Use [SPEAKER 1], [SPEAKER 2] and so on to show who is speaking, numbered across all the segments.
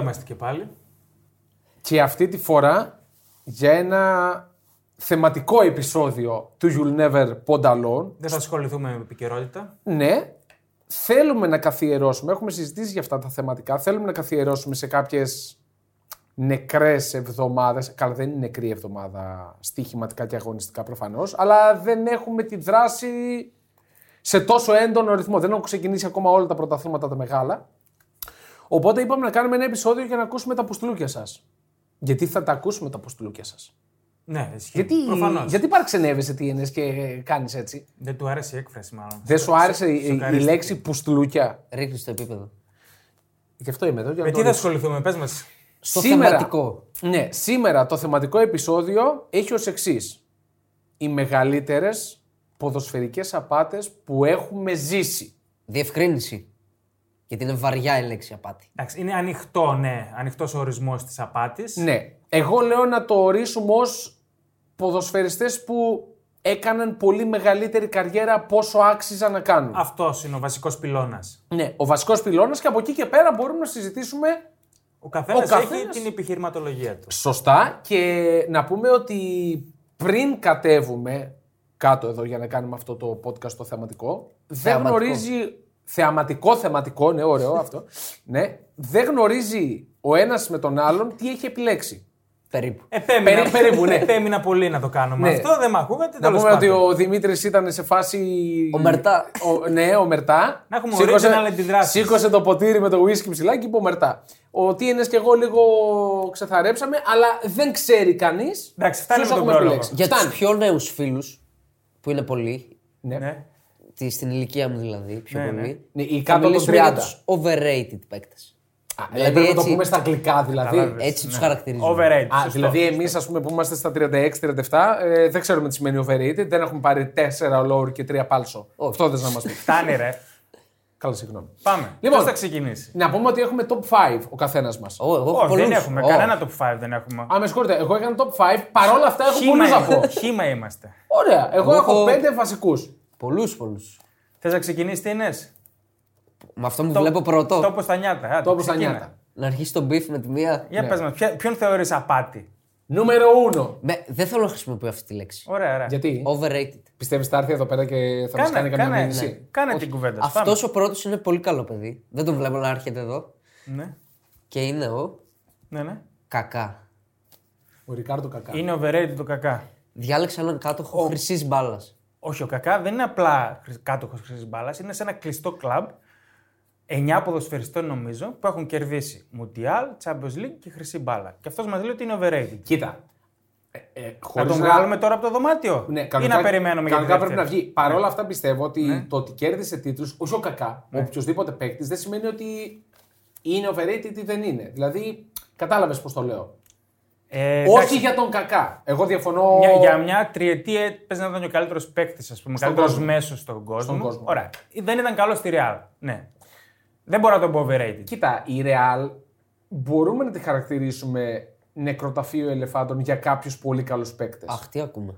[SPEAKER 1] είμαστε και πάλι.
[SPEAKER 2] Και αυτή τη φορά για ένα θεματικό επεισόδιο του You'll Never Pond Alone.
[SPEAKER 1] Δεν θα ασχοληθούμε με επικαιρότητα.
[SPEAKER 2] Ναι, θέλουμε να καθιερώσουμε, έχουμε συζητήσει για αυτά τα θεματικά, θέλουμε να καθιερώσουμε σε κάποιες νεκρές εβδομάδες, καλά δεν είναι νεκρή εβδομάδα στοιχηματικά και αγωνιστικά προφανώς, αλλά δεν έχουμε τη δράση σε τόσο έντονο ρυθμό. Δεν έχουν ξεκινήσει ακόμα όλα τα πρωταθλήματα τα μεγάλα. Οπότε είπαμε να κάνουμε ένα επεισόδιο για να ακούσουμε τα πουστλούκια σας. Γιατί θα τα ακούσουμε τα πουστλούκια σας.
[SPEAKER 1] Ναι, ισχύει.
[SPEAKER 2] Γιατί,
[SPEAKER 1] Προφανώς.
[SPEAKER 2] γιατί παραξενεύεσαι τι είναι και κάνεις έτσι.
[SPEAKER 1] Δεν του άρεσε η έκφραση, μάλλον.
[SPEAKER 2] Δεν σου άρεσε η- η, η
[SPEAKER 1] σοκαρίστηκε.
[SPEAKER 2] λέξη πουστλούκια.
[SPEAKER 3] Ρίχνεις στο επίπεδο.
[SPEAKER 2] Γι' αυτό είμαι εδώ. Για
[SPEAKER 1] Με
[SPEAKER 2] να το
[SPEAKER 1] Ε, τι θα
[SPEAKER 2] ρίξω.
[SPEAKER 1] ασχοληθούμε, πες μας.
[SPEAKER 3] Στο
[SPEAKER 2] Σήμερα-
[SPEAKER 3] θεματικό.
[SPEAKER 2] Ναι, σήμερα το θεματικό επεισόδιο έχει ως εξής. Οι μεγαλύτερες ποδοσφαιρικές απάτες που έχουμε ζήσει.
[SPEAKER 3] Διευκρίνηση. Γιατί είναι βαριά η λέξη απάτη.
[SPEAKER 1] Είναι ανοιχτό, ναι, ανοιχτός ο ορισμός της απάτης.
[SPEAKER 2] Ναι, εγώ λέω να το ορίσουμε ως ποδοσφαιριστές που έκαναν πολύ μεγαλύτερη καριέρα από όσο άξιζαν να κάνουν.
[SPEAKER 1] Αυτός είναι ο βασικός πυλώνας.
[SPEAKER 2] Ναι, ο βασικός πυλώνας και από εκεί και πέρα μπορούμε να συζητήσουμε
[SPEAKER 1] Ο καθένας έχει
[SPEAKER 2] καθένας-
[SPEAKER 1] την επιχειρηματολογία του.
[SPEAKER 2] Σωστά και να πούμε ότι πριν κατέβουμε κάτω εδώ για να κάνουμε αυτό το podcast το θεματικό, δεν
[SPEAKER 3] Θεαματικό.
[SPEAKER 2] γνωρίζει θεαματικό, θεματικό, ναι ωραίο αυτό, ναι, δεν γνωρίζει ο ένας με τον άλλον τι έχει επιλέξει.
[SPEAKER 3] Περίπου.
[SPEAKER 1] Επέμεινα,
[SPEAKER 2] Περί- περίπου, ναι.
[SPEAKER 1] επέμεινα πολύ να το κάνουμε
[SPEAKER 2] Ναι.
[SPEAKER 1] αυτό, δεν με ακούγατε.
[SPEAKER 2] Να
[SPEAKER 1] τέλος
[SPEAKER 2] πούμε ότι
[SPEAKER 1] πάντων.
[SPEAKER 2] ο Δημήτρης ήταν σε φάση.
[SPEAKER 3] Ο Μερτά.
[SPEAKER 2] Ο- ναι, ο Μερτά.
[SPEAKER 1] Να έχουμε
[SPEAKER 2] Σήκωσε-
[SPEAKER 1] original αντιδράσεις.
[SPEAKER 2] Σήκωσε το ποτήρι με το whisky ψηλά και είπε ο Μερτά. Ο Τίνε και εγώ λίγο ξεθαρέψαμε, αλλά δεν ξέρει κανείς.
[SPEAKER 1] Εντάξει, φτάνει με τον πρόλογο.
[SPEAKER 3] Για τους πιο νέους φίλους, που είναι πολλοί,
[SPEAKER 1] Ναι.
[SPEAKER 3] τη- στην ηλικία μου δηλαδή, πιο
[SPEAKER 1] Ναι, ναι.
[SPEAKER 3] πολλοί.
[SPEAKER 2] Ναι, οι
[SPEAKER 3] θα
[SPEAKER 2] κάτω των
[SPEAKER 3] μιλήσουμε για
[SPEAKER 2] 30.
[SPEAKER 3] τους overrated παίκτες.
[SPEAKER 2] Δηλαδή
[SPEAKER 3] δηλαδή
[SPEAKER 2] πρέπει να το
[SPEAKER 3] έτσι-
[SPEAKER 2] πούμε στα αγγλικά δηλαδή.
[SPEAKER 1] Κατάλαβες.
[SPEAKER 3] Έτσι τους χαρακτηρίζουμε.
[SPEAKER 1] ναι. Overrated.
[SPEAKER 2] Α,
[SPEAKER 1] σωστό.
[SPEAKER 2] δηλαδή, εμείς ας πούμε που είμαστε στα 36-37, ε, δεν ξέρουμε τι σημαίνει overrated. Δεν έχουμε πάρει 4 lower και 3 πάλσο.
[SPEAKER 3] Όχι.
[SPEAKER 2] Αυτό δεν να μας πεις.
[SPEAKER 1] Φτάνει, ρε.
[SPEAKER 2] Καλά, συγγνώμη.
[SPEAKER 1] Πάμε.
[SPEAKER 2] Λοιπόν.
[SPEAKER 1] Λοιπόν, θα ξεκινήσεις.
[SPEAKER 2] Να πούμε ότι έχουμε top 5 ο καθένας μας.
[SPEAKER 3] Ω, εγώ έχω
[SPEAKER 1] Όχι, δεν
[SPEAKER 3] πολλούς.
[SPEAKER 1] έχουμε.
[SPEAKER 3] Ω,
[SPEAKER 1] Κανένα top 5 δεν έχουμε.
[SPEAKER 2] Α, με συγχωρείτε, εγώ έκανα top 5. Παρόλα αυτά έχω πολλούς να πω.
[SPEAKER 1] είμαστε. Χήμα είμαστε.
[SPEAKER 2] Ωραία, εγώ
[SPEAKER 3] Εγώ
[SPEAKER 2] έχω
[SPEAKER 3] έχω-
[SPEAKER 2] 5 βασικούς.
[SPEAKER 3] Πολλούς, πολλούς.
[SPEAKER 1] Θες να ξεκινήσεις τι είναι.
[SPEAKER 3] Με αυτό μου βλέπω πρώτο.
[SPEAKER 1] Τόπο στα νιάτα. άντε,
[SPEAKER 2] Τόπο στα
[SPEAKER 1] ξεκίνα.
[SPEAKER 2] νιάτα.
[SPEAKER 3] Να αρχίσει τον beef με τη μία.
[SPEAKER 1] Για
[SPEAKER 2] Ναι.
[SPEAKER 1] πες μας, ποια- ποιον θεωρείς απάτη.
[SPEAKER 2] Νούμερο 1.
[SPEAKER 3] Με- δεν θέλω να χρησιμοποιώ αυτή τη λέξη.
[SPEAKER 1] Ωραία, ωραία.
[SPEAKER 2] Γιατί
[SPEAKER 3] Overrated.
[SPEAKER 2] πιστεύεις θα έρθει εδώ πέρα και θα μας κάνει
[SPEAKER 1] Κάνε,
[SPEAKER 2] καμιά
[SPEAKER 1] κάνε,
[SPEAKER 2] μήνυση.
[SPEAKER 1] ναι. κάνε την κουβέντα. σου.
[SPEAKER 3] Αυτό ο πρώτος είναι πολύ καλό παιδί. Δεν τον βλέπω να έρχεται εδώ.
[SPEAKER 1] Πάμε. Ναι.
[SPEAKER 3] Και είναι ο
[SPEAKER 1] Ναι, ναι.
[SPEAKER 3] Κακά.
[SPEAKER 2] Ο Ρικάρντο Κακά.
[SPEAKER 1] Είναι overrated το κακά.
[SPEAKER 3] Διάλεξε έναν κάτοχο oh. χρυσής μπάλας.
[SPEAKER 1] Όχι, ο κακά δεν είναι απλά χρυσ- κάτοχος χρυσής μπάλας, είναι σε ένα κλειστό κλαμπ. 9 ποδοσφαιριστών νομίζω που έχουν κερδίσει Μουντιάλ, Champions League και Χρυσή Μπάλα. Και αυτός μας λέει ότι είναι overrated.
[SPEAKER 2] Κοίτα. Ε, ε,
[SPEAKER 1] Να
[SPEAKER 2] χωρίς
[SPEAKER 1] τον βγάλουμε τώρα από το δωμάτιο,
[SPEAKER 2] Ναι,
[SPEAKER 1] ή να περιμένουμε για τη
[SPEAKER 2] κανονικά πρέπει
[SPEAKER 1] δεύτερη? Ναι.
[SPEAKER 2] να βγει. Παρ' όλα αυτά πιστεύω ότι το ότι κέρδισε τίτλους, όχι ο κακά,
[SPEAKER 1] Ναι.
[SPEAKER 2] ο οποιοδήποτε παίκτης, δεν σημαίνει ότι είναι overrated ή δεν είναι. Δηλαδή, κατάλαβες πώς το λέω.
[SPEAKER 1] Ε, εντάξει,
[SPEAKER 2] όχι για τον κακά. Εγώ διαφωνώ.
[SPEAKER 1] Μια, για μια τριετία παίζει να ήταν ο καλύτερος παίκτης, ας πούμε. Καλύτερος
[SPEAKER 2] κόσμο.
[SPEAKER 1] μέσος στον κόσμο.
[SPEAKER 2] κόσμο.
[SPEAKER 1] Ωραία. Δεν ήταν καλό στη Real. Ναι. Δεν μπορώ να τον πω overrated.
[SPEAKER 2] Κοίτα, η Real μπορούμε να τη χαρακτηρίσουμε νεκροταφείο ελεφάντων για κάποιους πολύ καλούς παίκτες.
[SPEAKER 3] Αχ, τι ακούμε.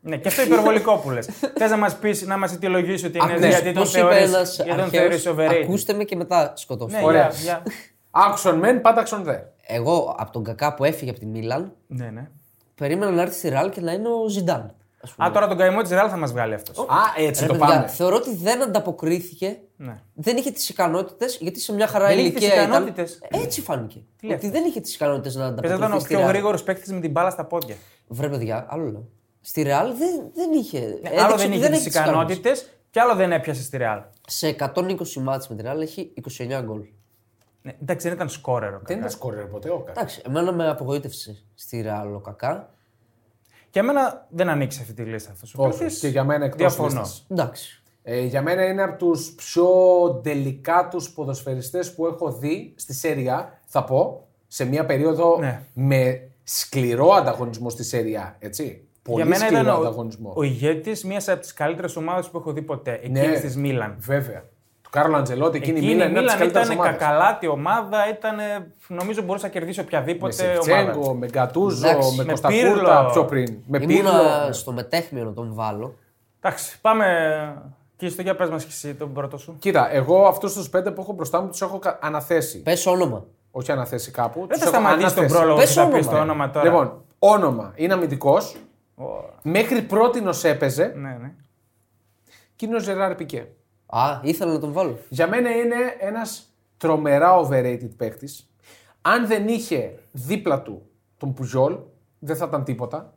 [SPEAKER 1] Ναι, και αυτό υπερβολικό που λες. Θες να μας πεις, να μας αιτιολογήσεις ότι είναι
[SPEAKER 3] Αχ,
[SPEAKER 1] ναι, γιατί τον
[SPEAKER 3] πώς είπε
[SPEAKER 1] θεωρεί
[SPEAKER 3] ένας αρχαίος,
[SPEAKER 1] overrated.
[SPEAKER 3] Ακούστε με και μετά σκοτώστε.
[SPEAKER 1] Ναι,
[SPEAKER 3] με.
[SPEAKER 2] Ωραία.
[SPEAKER 1] για, για.
[SPEAKER 2] Άξον μεν, πάταξον δε.
[SPEAKER 3] Εγώ από τον Κακά που έφυγε από τη Μίλαν,
[SPEAKER 1] ναι, ναι.
[SPEAKER 3] περίμενα να έρθει στη Ραλ και να είναι ο Ζιντάν. Ας πούμε.
[SPEAKER 1] Α, τώρα τον καημό της Real θα μας βγάλει αυτός.
[SPEAKER 2] Α, έτσι
[SPEAKER 3] Ρε,
[SPEAKER 2] το
[SPEAKER 3] παιδιά,
[SPEAKER 2] πάμε.
[SPEAKER 3] θεωρώ ότι δεν ανταποκρίθηκε.
[SPEAKER 1] Ναι.
[SPEAKER 3] Δεν είχε τις ικανότητες, γιατί σε μια χαρά
[SPEAKER 1] Δεν είχε
[SPEAKER 3] ηλικία
[SPEAKER 1] τις
[SPEAKER 3] ήταν.
[SPEAKER 1] ικανότητες.
[SPEAKER 3] Έτσι φάνηκε.
[SPEAKER 1] λέτε.
[SPEAKER 3] ότι δεν είχε τις ικανότητες να
[SPEAKER 1] Πες να
[SPEAKER 3] ανταποκριθεί.
[SPEAKER 1] ήταν ο
[SPEAKER 3] στη
[SPEAKER 1] πιο
[SPEAKER 3] Real.
[SPEAKER 1] γρήγορος παίκτης με την μπάλα στα πόδια.
[SPEAKER 3] Βρε, παιδιά, άλλο λέω. Στη Ρεάλ δεν, δεν είχε. Έδειξε
[SPEAKER 1] Ναι, Άλλο
[SPEAKER 3] ότι
[SPEAKER 1] δεν είχε
[SPEAKER 3] Ε, έχει
[SPEAKER 1] τις
[SPEAKER 3] τις ικανότητες.
[SPEAKER 1] ικανότητες και άλλο δεν έπιασε στη Real.
[SPEAKER 3] Σε 120 μάτς με τη Ρεάλ έχει 29 γκολ.
[SPEAKER 1] Ναι, εντάξει, δεν ήταν σκόρερο.
[SPEAKER 2] Δεν ήταν σκόρερ ποτέ ο κακά.
[SPEAKER 3] Εντάξει, εμένα με απογοήτευσε στη Ρεάλ ο Κακά.
[SPEAKER 1] Και εμένα δεν ανοίξει αυτή τη λίστα αυτός. ο
[SPEAKER 2] Όχι,
[SPEAKER 1] παίκτης.
[SPEAKER 2] και για μένα εκτός
[SPEAKER 1] Διαφωνώ.
[SPEAKER 2] λίστας.
[SPEAKER 3] Εντάξει.
[SPEAKER 2] Ε, για μένα είναι από τους πιο τελικάτους ποδοσφαιριστές που έχω δει στη Σέρια, θα πω, σε μια περίοδο
[SPEAKER 1] Ναι.
[SPEAKER 2] με σκληρό ανταγωνισμό στη Σέρια, έτσι. Πολύ
[SPEAKER 1] για μένα
[SPEAKER 2] σκληρό
[SPEAKER 1] ήταν ο,
[SPEAKER 2] ανταγωνισμό.
[SPEAKER 1] ο ηγέτης μιας από τις καλύτερες ομάδες που έχω δει ποτέ. Εκείνη
[SPEAKER 2] Ναι.
[SPEAKER 1] της Μίλαν.
[SPEAKER 2] Βέβαια. Του Κάρολο Αντζελότη, εκείνη,
[SPEAKER 1] Εκείνη
[SPEAKER 2] η Μίλαν είναι από τις καλύτερες
[SPEAKER 1] ήταν
[SPEAKER 2] ομάδες.
[SPEAKER 1] κακαλάτη ομάδα, ήταν, ε, νομίζω μπορούσε να κερδίσει
[SPEAKER 2] Με
[SPEAKER 1] οποιαδήποτε ομάδα.
[SPEAKER 2] Σεφτσέγκο, με Γκατούζο,
[SPEAKER 3] Εντάξει,
[SPEAKER 2] με
[SPEAKER 1] με
[SPEAKER 2] Κωνσταντούρτα
[SPEAKER 1] Πύρλο.
[SPEAKER 2] πιο πριν. Με
[SPEAKER 3] Ήμουνα
[SPEAKER 2] Πύρλο.
[SPEAKER 3] στο μετέχμιο να τον βάλω.
[SPEAKER 1] Εντάξει, πάμε Και στο για πες μας και εσύ τον πρώτο σου.
[SPEAKER 2] Κοίτα, εγώ αυτούς τους πέντε που έχω μπροστά μου τους έχω κα- αναθέσει.
[SPEAKER 3] Πες όνομα.
[SPEAKER 2] Όχι αναθέσει κάπου.
[SPEAKER 1] Δεν
[SPEAKER 2] τους
[SPEAKER 1] θα
[SPEAKER 2] έχω
[SPEAKER 1] σταματήσεις τον
[SPEAKER 2] αναθέσει.
[SPEAKER 1] πρόλογο
[SPEAKER 3] Πες
[SPEAKER 1] και θα πεις το
[SPEAKER 3] όνομα, ρε.
[SPEAKER 1] όνομα τώρα.
[SPEAKER 2] Λοιπόν, όνομα είναι αμυντικός.
[SPEAKER 1] Ω,
[SPEAKER 2] Μέχρι πρώτη έπαιζε
[SPEAKER 1] Ναι, ναι.
[SPEAKER 2] και είναι ο Ζεράρ Πικέ.
[SPEAKER 3] Α, ήθελα να τον βάλω.
[SPEAKER 2] Για μένα είναι ένας τρομερά overrated παίκτης. Αν δεν είχε δίπλα του τον Πουζόλ, δεν θα ήταν τίποτα.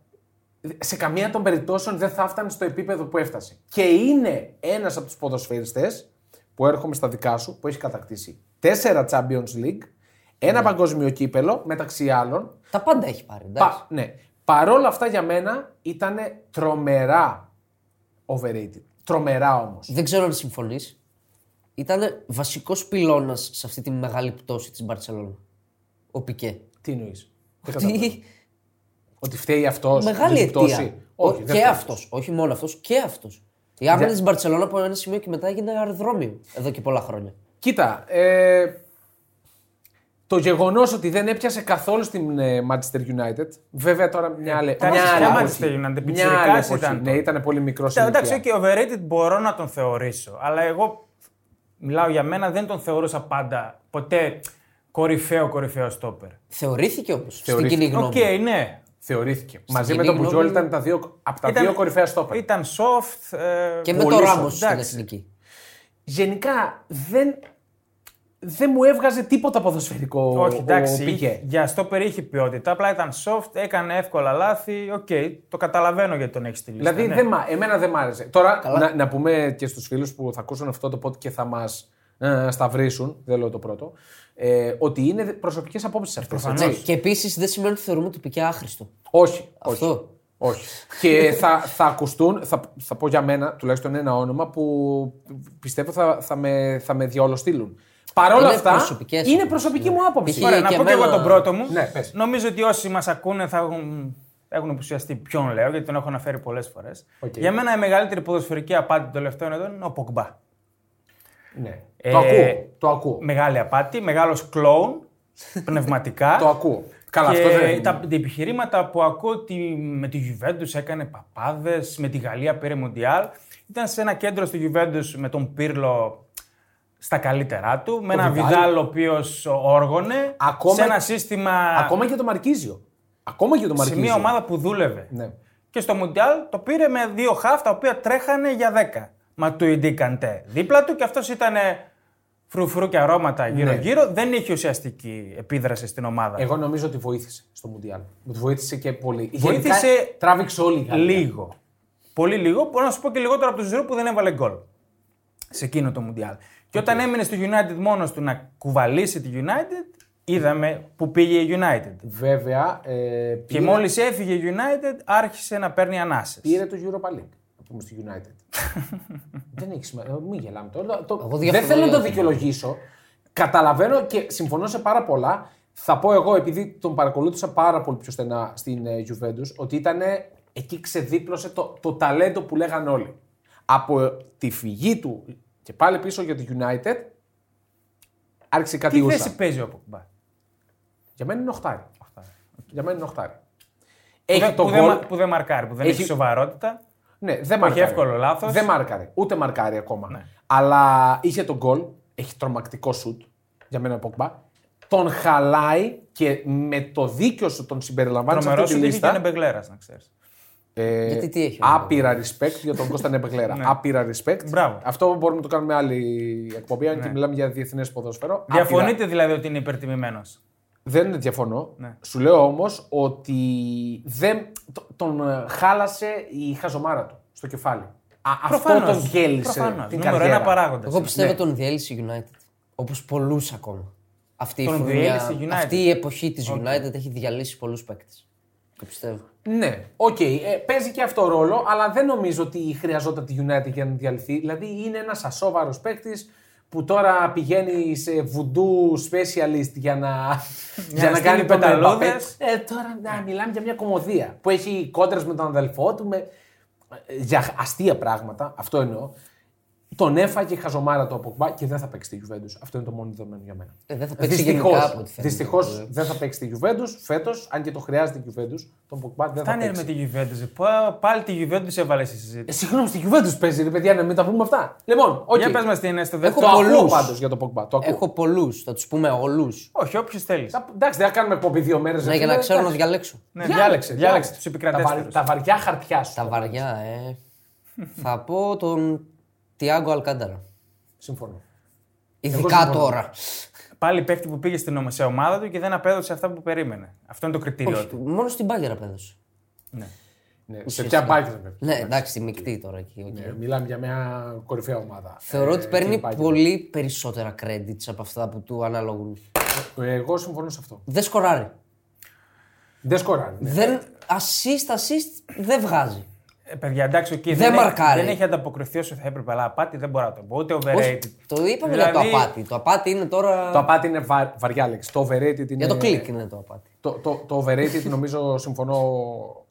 [SPEAKER 2] Σε καμία των περιπτώσεων δεν θα φτάνει στο επίπεδο που έφτασε. Και είναι ένας από τους ποδοσφαιριστές που έρχομαι στα δικά σου, που έχει κατακτήσει τέσσερα Champions League, ένα παγκόσμιο κύπελο μεταξύ άλλων.
[SPEAKER 3] Τα πάντα έχει πάρει. εντάξει.
[SPEAKER 2] Πα, ναι. Παρόλα αυτά για μένα ήταν τρομερά overrated. Τρομερά όμως.
[SPEAKER 3] Δεν ξέρω αν συμφωνείς. Ήταν βασικός πυλώνας σε αυτή τη μεγάλη πτώση της Μπαρσελόνα. Ο Πικέ.
[SPEAKER 2] Τι εννοείς.
[SPEAKER 3] Ότι...
[SPEAKER 2] Ότι φταίει αυτός.
[SPEAKER 3] Μεγάλη αιτία. Ο-
[SPEAKER 2] Όχι, δεν
[SPEAKER 3] και
[SPEAKER 2] φταίει.
[SPEAKER 3] αυτός. Όχι μόνο αυτός, και αυτός. Η άμυνα της Μπαρσελόνα από ένα σημείο και μετά έγινε αεροδρόμιο εδώ και πολλά χρόνια.
[SPEAKER 2] Κοίτα, ε, το γεγονός ότι δεν έπιασε καθόλου στην ε, Manchester United. Βέβαια τώρα μια άλλη.
[SPEAKER 1] εντάξει,
[SPEAKER 2] μια άλλη
[SPEAKER 1] ποια
[SPEAKER 2] εποχή.
[SPEAKER 1] Manchester United,
[SPEAKER 2] Μια άλλη
[SPEAKER 1] πιτσιρικάς
[SPEAKER 2] εποχή.
[SPEAKER 1] ήταν
[SPEAKER 2] Ναι,
[SPEAKER 1] τότε.
[SPEAKER 2] ήταν πολύ μικρός
[SPEAKER 1] Κοίτα, Εντάξει,
[SPEAKER 2] ηλικία.
[SPEAKER 1] και overrated μπορώ να τον θεωρήσω. Αλλά εγώ μιλάω για μένα, δεν τον θεωρούσα πάντα ποτέ κορυφαίο κορυφαίο στόπερ.
[SPEAKER 3] Θεωρήθηκε όμως στην
[SPEAKER 2] Θεωρήθηκε.
[SPEAKER 3] κοινή γνώμη.
[SPEAKER 1] Οκ, ναι.
[SPEAKER 2] Θεωρήθηκε. Μαζί με τον
[SPEAKER 3] κοινή γνώμη-
[SPEAKER 2] Πουτζόλ ήταν τα δύο, από τα δύο κορυφαία στόπερ.
[SPEAKER 1] Ήταν soft. ε,
[SPEAKER 3] Και με
[SPEAKER 1] πολύ
[SPEAKER 3] τον
[SPEAKER 1] soft.
[SPEAKER 3] Ράμο στην
[SPEAKER 1] Εντάξει.
[SPEAKER 3] εθνική.
[SPEAKER 2] Γενικά δεν, δεν μου έβγαζε τίποτα ποδοσφαιρικό
[SPEAKER 1] Όχι,
[SPEAKER 2] ο
[SPEAKER 1] εντάξει.
[SPEAKER 2] Πικέ.
[SPEAKER 1] Για στόπερ είχε ποιότητα. Απλά ήταν soft, έκανε εύκολα λάθη. Οκ, το καταλαβαίνω γιατί τον έχεις στη λίστα.
[SPEAKER 2] Δηλαδή,
[SPEAKER 1] ναι.
[SPEAKER 2] δεν μ' α- εμένα δεν μ' άρεσε. Τώρα, να, να πούμε και στους φίλους που θα ακούσουν αυτό το πότε και θα μας σταυρίσουν, δεν λέω το πρώτο, ε, ότι είναι προσωπικές απόψεις αυτές.
[SPEAKER 3] Ναι, και επίσης δεν σημαίνει ότι θεωρούμε τον Πικέ άχρηστο.
[SPEAKER 2] Όχι, όχι.
[SPEAKER 3] Αυτό.
[SPEAKER 2] όχι. και θα, θα ακουστούν, θα, θα πω για μένα τουλάχιστον ένα όνομα που πιστεύω θα, θα με, θα με διαολοστείλουν. Παρ' όλα
[SPEAKER 3] Είναι
[SPEAKER 2] αυτά,
[SPEAKER 3] προσωπικές
[SPEAKER 2] είναι
[SPEAKER 3] απόψεις,
[SPEAKER 2] προσωπική
[SPEAKER 3] ναι.
[SPEAKER 2] μου άποψη.
[SPEAKER 3] Π.χ.
[SPEAKER 1] Ωραία,
[SPEAKER 3] και
[SPEAKER 1] να πω και
[SPEAKER 3] εμένα-
[SPEAKER 1] εγώ τον πρώτο μου.
[SPEAKER 2] Ναι, πες.
[SPEAKER 1] Νομίζω ότι όσοι μας ακούνε θα έχουν, έχουν ουσιαστεί ποιον λέω, γιατί τον έχω αναφέρει πολλές φορές.
[SPEAKER 2] Οκ.
[SPEAKER 1] Για μένα η μεγαλύτερη ποδοσφαιρική απάτη των τελευταίων ετών είναι ο Ποκμπά.
[SPEAKER 2] Ναι.
[SPEAKER 1] Ε,
[SPEAKER 2] το ακούω. Το ακούω.
[SPEAKER 1] Μεγάλη απάτη, μεγάλος κλόουν πνευματικά.
[SPEAKER 2] Το ακούω. Καλά,
[SPEAKER 1] και
[SPEAKER 2] αυτό δεν είναι.
[SPEAKER 1] τα, τα επιχειρήματα που ακούω ότι με τη Juventus έκανε παπάδες, με τη Γαλλία πήρε Μουντιάλ. Ήταν σε ένα κέντρο στη Juventus με τον Πύρλο στα καλύτερά του, με έναν
[SPEAKER 2] Vidal.
[SPEAKER 1] Βιντάλ ο οποίος όργωνε.
[SPEAKER 2] Ακόμα-
[SPEAKER 1] σε ένα σύστημα.
[SPEAKER 2] Ακόμα και το Μαρκίζιο. Ακόμα και το
[SPEAKER 1] σε
[SPEAKER 2] Μαρκίζιο.
[SPEAKER 1] μια ομάδα που δούλευε.
[SPEAKER 2] Ναι.
[SPEAKER 1] Και στο Μουντιάλ το πήρε με δύο χαφ τα οποία τρέχανε για 10. Μα του Ιντίκαντε δίπλα του και αυτός ήταν φρουφρού και αρώματα γύρω-γύρω. Δεν είχε ουσιαστική επίδραση στην ομάδα.
[SPEAKER 2] Ναι. Εγώ νομίζω ότι βοήθησε στο Μουντιάλ. Ότι Βοήθησε και πολύ.
[SPEAKER 1] Βοήθησε-
[SPEAKER 2] Γενικά, τράβηξε όλη η Γαλλία.
[SPEAKER 1] Λίγο. Πολύ λίγο. Μπορώ να σου πω και λιγότερο από τους Ζηρού που δεν έβαλε γκολ. Σε εκείνο το Μουντιάλ. Και όταν έμεινε στο United μόνος του να κουβαλήσει τη United, είδαμε που πήγε η United.
[SPEAKER 2] Βέβαια, ε, πήρε,
[SPEAKER 1] Και μόλις έφυγε η United, άρχισε να παίρνει ανάσες.
[SPEAKER 2] πήρε το Europa League. Να πούμε στη United. δεν έχει σημασία. Ε, Μην γελάμε τώρα. Το-
[SPEAKER 3] Εγώ
[SPEAKER 2] δεν
[SPEAKER 3] διαφωνώ
[SPEAKER 2] θέλω να
[SPEAKER 3] για
[SPEAKER 2] το
[SPEAKER 3] αυτό.
[SPEAKER 2] δικαιολογήσω. Καταλαβαίνω και συμφωνώ σε πάρα πολλά. Θα πω εγώ, επειδή τον παρακολούθησα πάρα πολύ πιο στενά στην ε, Juventus, ότι ήταν εκεί ξεδίπλωσε το, το ταλέντο που λέγαν όλοι. Από ε, τη φυγή του και πάλι πίσω για τη United, άρχισε κάτι
[SPEAKER 1] Τι
[SPEAKER 2] ούσα.
[SPEAKER 1] θέση παίζει ο Ποκμπά.
[SPEAKER 2] Για μένα είναι οχτάρι. Για μένα είναι οχτάρι.
[SPEAKER 1] Που
[SPEAKER 2] Έχει
[SPEAKER 1] δεν-
[SPEAKER 2] το
[SPEAKER 1] που, δεν,
[SPEAKER 2] γκολ.
[SPEAKER 1] μα- που δεν μαρκάρει, που δεν έχει,
[SPEAKER 2] Έχει-
[SPEAKER 1] σοβαρότητα.
[SPEAKER 2] Ναι, δεν μαρκάρει.
[SPEAKER 1] εύκολο λάθος. Ναι.
[SPEAKER 2] Δεν μάρκαρε. Ούτε μαρκάρει ακόμα. Αλλά είχε τον γκολ. Έχει τρομακτικό σουτ. Για μένα ο Ποκμπά. Τον χαλάει και με το δίκιο σου τον συμπεριλαμβάνει σε
[SPEAKER 1] Τρομερό
[SPEAKER 2] αυτή τη
[SPEAKER 1] σου είχε και
[SPEAKER 2] λίστα.
[SPEAKER 1] είναι μπεγλέρα, να ξέρεις.
[SPEAKER 2] Ε,
[SPEAKER 3] Γιατί τι έχει ο
[SPEAKER 2] άπειρα respect για τον Κώστα Νεπεγλέρα. άπειρα respect.
[SPEAKER 1] Ναι. Μπράβο. Ναι.
[SPEAKER 2] Αυτό μπορούμε να το κάνουμε άλλη εκπομπή, αν και μιλάμε για διεθνές ποδόσφαιρο. Άπειρα.
[SPEAKER 1] Διαφωνείτε δηλαδή ότι είναι υπερτιμημένος.
[SPEAKER 2] Δεν διαφωνώ.
[SPEAKER 1] Ναι.
[SPEAKER 2] Σου λέω όμως ότι δεν, το- τον ε, χάλασε η χαζομάρα του στο κεφάλι. Α, αυτό τον γέλισε.
[SPEAKER 1] Προφανώς.
[SPEAKER 2] Την
[SPEAKER 1] Νούμερο
[SPEAKER 2] καριέρα.
[SPEAKER 1] ένα Ναι. παράγοντας.
[SPEAKER 3] Εγώ πιστεύω τον διέλυσε η United. Όπως πολλούς ακόμα. Αυτή η,
[SPEAKER 1] Τον
[SPEAKER 3] φουρνιά-
[SPEAKER 1] διέλυσε η United.
[SPEAKER 3] αυτή η εποχή της United έχει διαλύσει πολλούς παίκτες. Το πιστεύω.
[SPEAKER 2] Ναι, οκ. ε, παίζει και αυτό ρόλο, αλλά δεν νομίζω ότι χρειαζόταν τη United για να διαλυθεί. Δηλαδή είναι ένας ασόβαρος παίκτης που τώρα πηγαίνει σε βουντού specialist για να, για να
[SPEAKER 1] στείλει
[SPEAKER 2] κάνει τον Mbappé.
[SPEAKER 1] πεταλούδες.
[SPEAKER 2] Ε, τώρα να, μιλάμε για μια κομμωδία που έχει κόντρες με τον αδελφό του. Με... ε, Για αστεία πράγματα, αυτό εννοώ. Τον έφαγε η χαζομάρα του Αποκμπά και δεν θα παίξει τη Juventus. Αυτό είναι το μόνο δεδομένο για μένα.
[SPEAKER 3] Ε, δεν θα παίξει γενικά από ό,τι φαίνεται. Ε,
[SPEAKER 2] δυστυχώς δεν θα παίξει τη Juventus φέτος, αν και το χρειάζεται η Juventus. Τον Αποκμπά δεν θα
[SPEAKER 1] Φτάνει
[SPEAKER 2] παίξει.
[SPEAKER 1] με τη Juventus. Πα- Πάλι τη Juventus έβαλες στη συζήτηση.
[SPEAKER 2] Ε, συγγνώμη, στη Juventus παίζει, ρε παιδιά, να μην τα πούμε αυτά. Λοιπόν, όχι.
[SPEAKER 1] Για πες μας τι είναι στο δεύτερο.
[SPEAKER 2] Το ακούω
[SPEAKER 3] πολλούς.
[SPEAKER 2] πάντως για τον Ποκμπά. Το ακούω.
[SPEAKER 3] Έχω πολλούς, θα τους πούμε όλους.
[SPEAKER 1] Όχι, όποιο θέλεις.
[SPEAKER 2] Τα- Εντάξει, δεν θα κάνουμε εκπομπή δύο μέρες.
[SPEAKER 3] Ναι, για να ξέρω να διαλέξω.
[SPEAKER 1] Ναι, διάλεξε, διάλεξε τους επικρατές.
[SPEAKER 2] Τα βαριά χαρτιά σου.
[SPEAKER 3] Τα βαριά, ε. θα πω τον Τιάγκο Αλκάνταρα.
[SPEAKER 2] Συμφωνώ.
[SPEAKER 3] Ειδικά
[SPEAKER 2] συμφωνώ.
[SPEAKER 3] τώρα.
[SPEAKER 1] Πάλι παίχτη που πήγε στην ομο- σε ομάδα του και δεν απέδωσε αυτά που περίμενε. Αυτό είναι το κριτήριο του.
[SPEAKER 3] Μόνο στην Πάγκερα απέδωσε.
[SPEAKER 2] Ναι, σε ποια μπάκια βέβαια.
[SPEAKER 3] Ναι, εντάξει, μεικτή τώρα εκεί.
[SPEAKER 1] Ναι.
[SPEAKER 3] οκ.
[SPEAKER 2] Ε, Μιλάμε για μια κορυφαία ομάδα.
[SPEAKER 3] Θεωρώ
[SPEAKER 2] Ε,
[SPEAKER 3] ότι παίρνει
[SPEAKER 2] και μπάκια.
[SPEAKER 3] πολύ περισσότερα credits από αυτά που του αναλογούν.
[SPEAKER 2] Ε, Εγώ συμφωνώ σε αυτό.
[SPEAKER 3] Δεν σκοράρει.
[SPEAKER 2] Δεν σκοράρει. ναι.
[SPEAKER 3] Δεν assist, assist δεν βγάζει.
[SPEAKER 1] Ε, παιδιά, εντάξει, εκεί
[SPEAKER 3] Δεν
[SPEAKER 1] έχει-
[SPEAKER 3] μαρκάρει.
[SPEAKER 1] δεν έχει ανταποκριθεί όσο θα έπρεπε, αλλά απάτη δεν μπορώ να το πω. Ούτε
[SPEAKER 3] Όχι,
[SPEAKER 1] overrated.
[SPEAKER 3] το είπαμε για
[SPEAKER 1] Δηλαδή-
[SPEAKER 3] το απάτη. Το απάτι είναι τώρα.
[SPEAKER 2] Το Ναι. απάτη είναι βα- βαριά λέξη. Το overrated είναι.
[SPEAKER 3] Για το κλικ είναι το απάτη.
[SPEAKER 2] Το, το, το overrated νομίζω συμφωνώ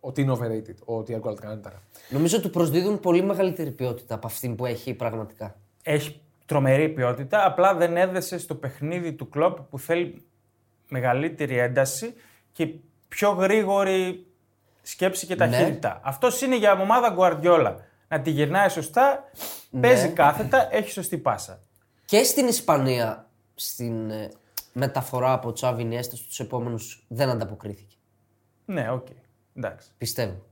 [SPEAKER 2] ότι είναι overrated. Ο Τιαγκό Αλκάνταρα.
[SPEAKER 3] Νομίζω του προσδίδουν πολύ μεγαλύτερη ποιότητα από αυτή που έχει πραγματικά.
[SPEAKER 1] Έχει τρομερή ποιότητα, απλά δεν έδεσε στο παιχνίδι του κλοπ που θέλει μεγαλύτερη ένταση και πιο γρήγορη σκέψη και
[SPEAKER 3] Ναι.
[SPEAKER 1] ταχύτητα. Αυτός είναι για ομάδα Γκουαρδιόλα. Να τη γυρνάει σωστά,
[SPEAKER 3] Ναι.
[SPEAKER 1] παίζει κάθετα, έχει σωστή πάσα.
[SPEAKER 3] Και στην Ισπανία, στην ε, μεταφορά από Τσάβι Νιέστα στους επόμενους, δεν ανταποκρίθηκε.
[SPEAKER 1] Ναι, οκ. Εντάξει.
[SPEAKER 3] Πιστεύω.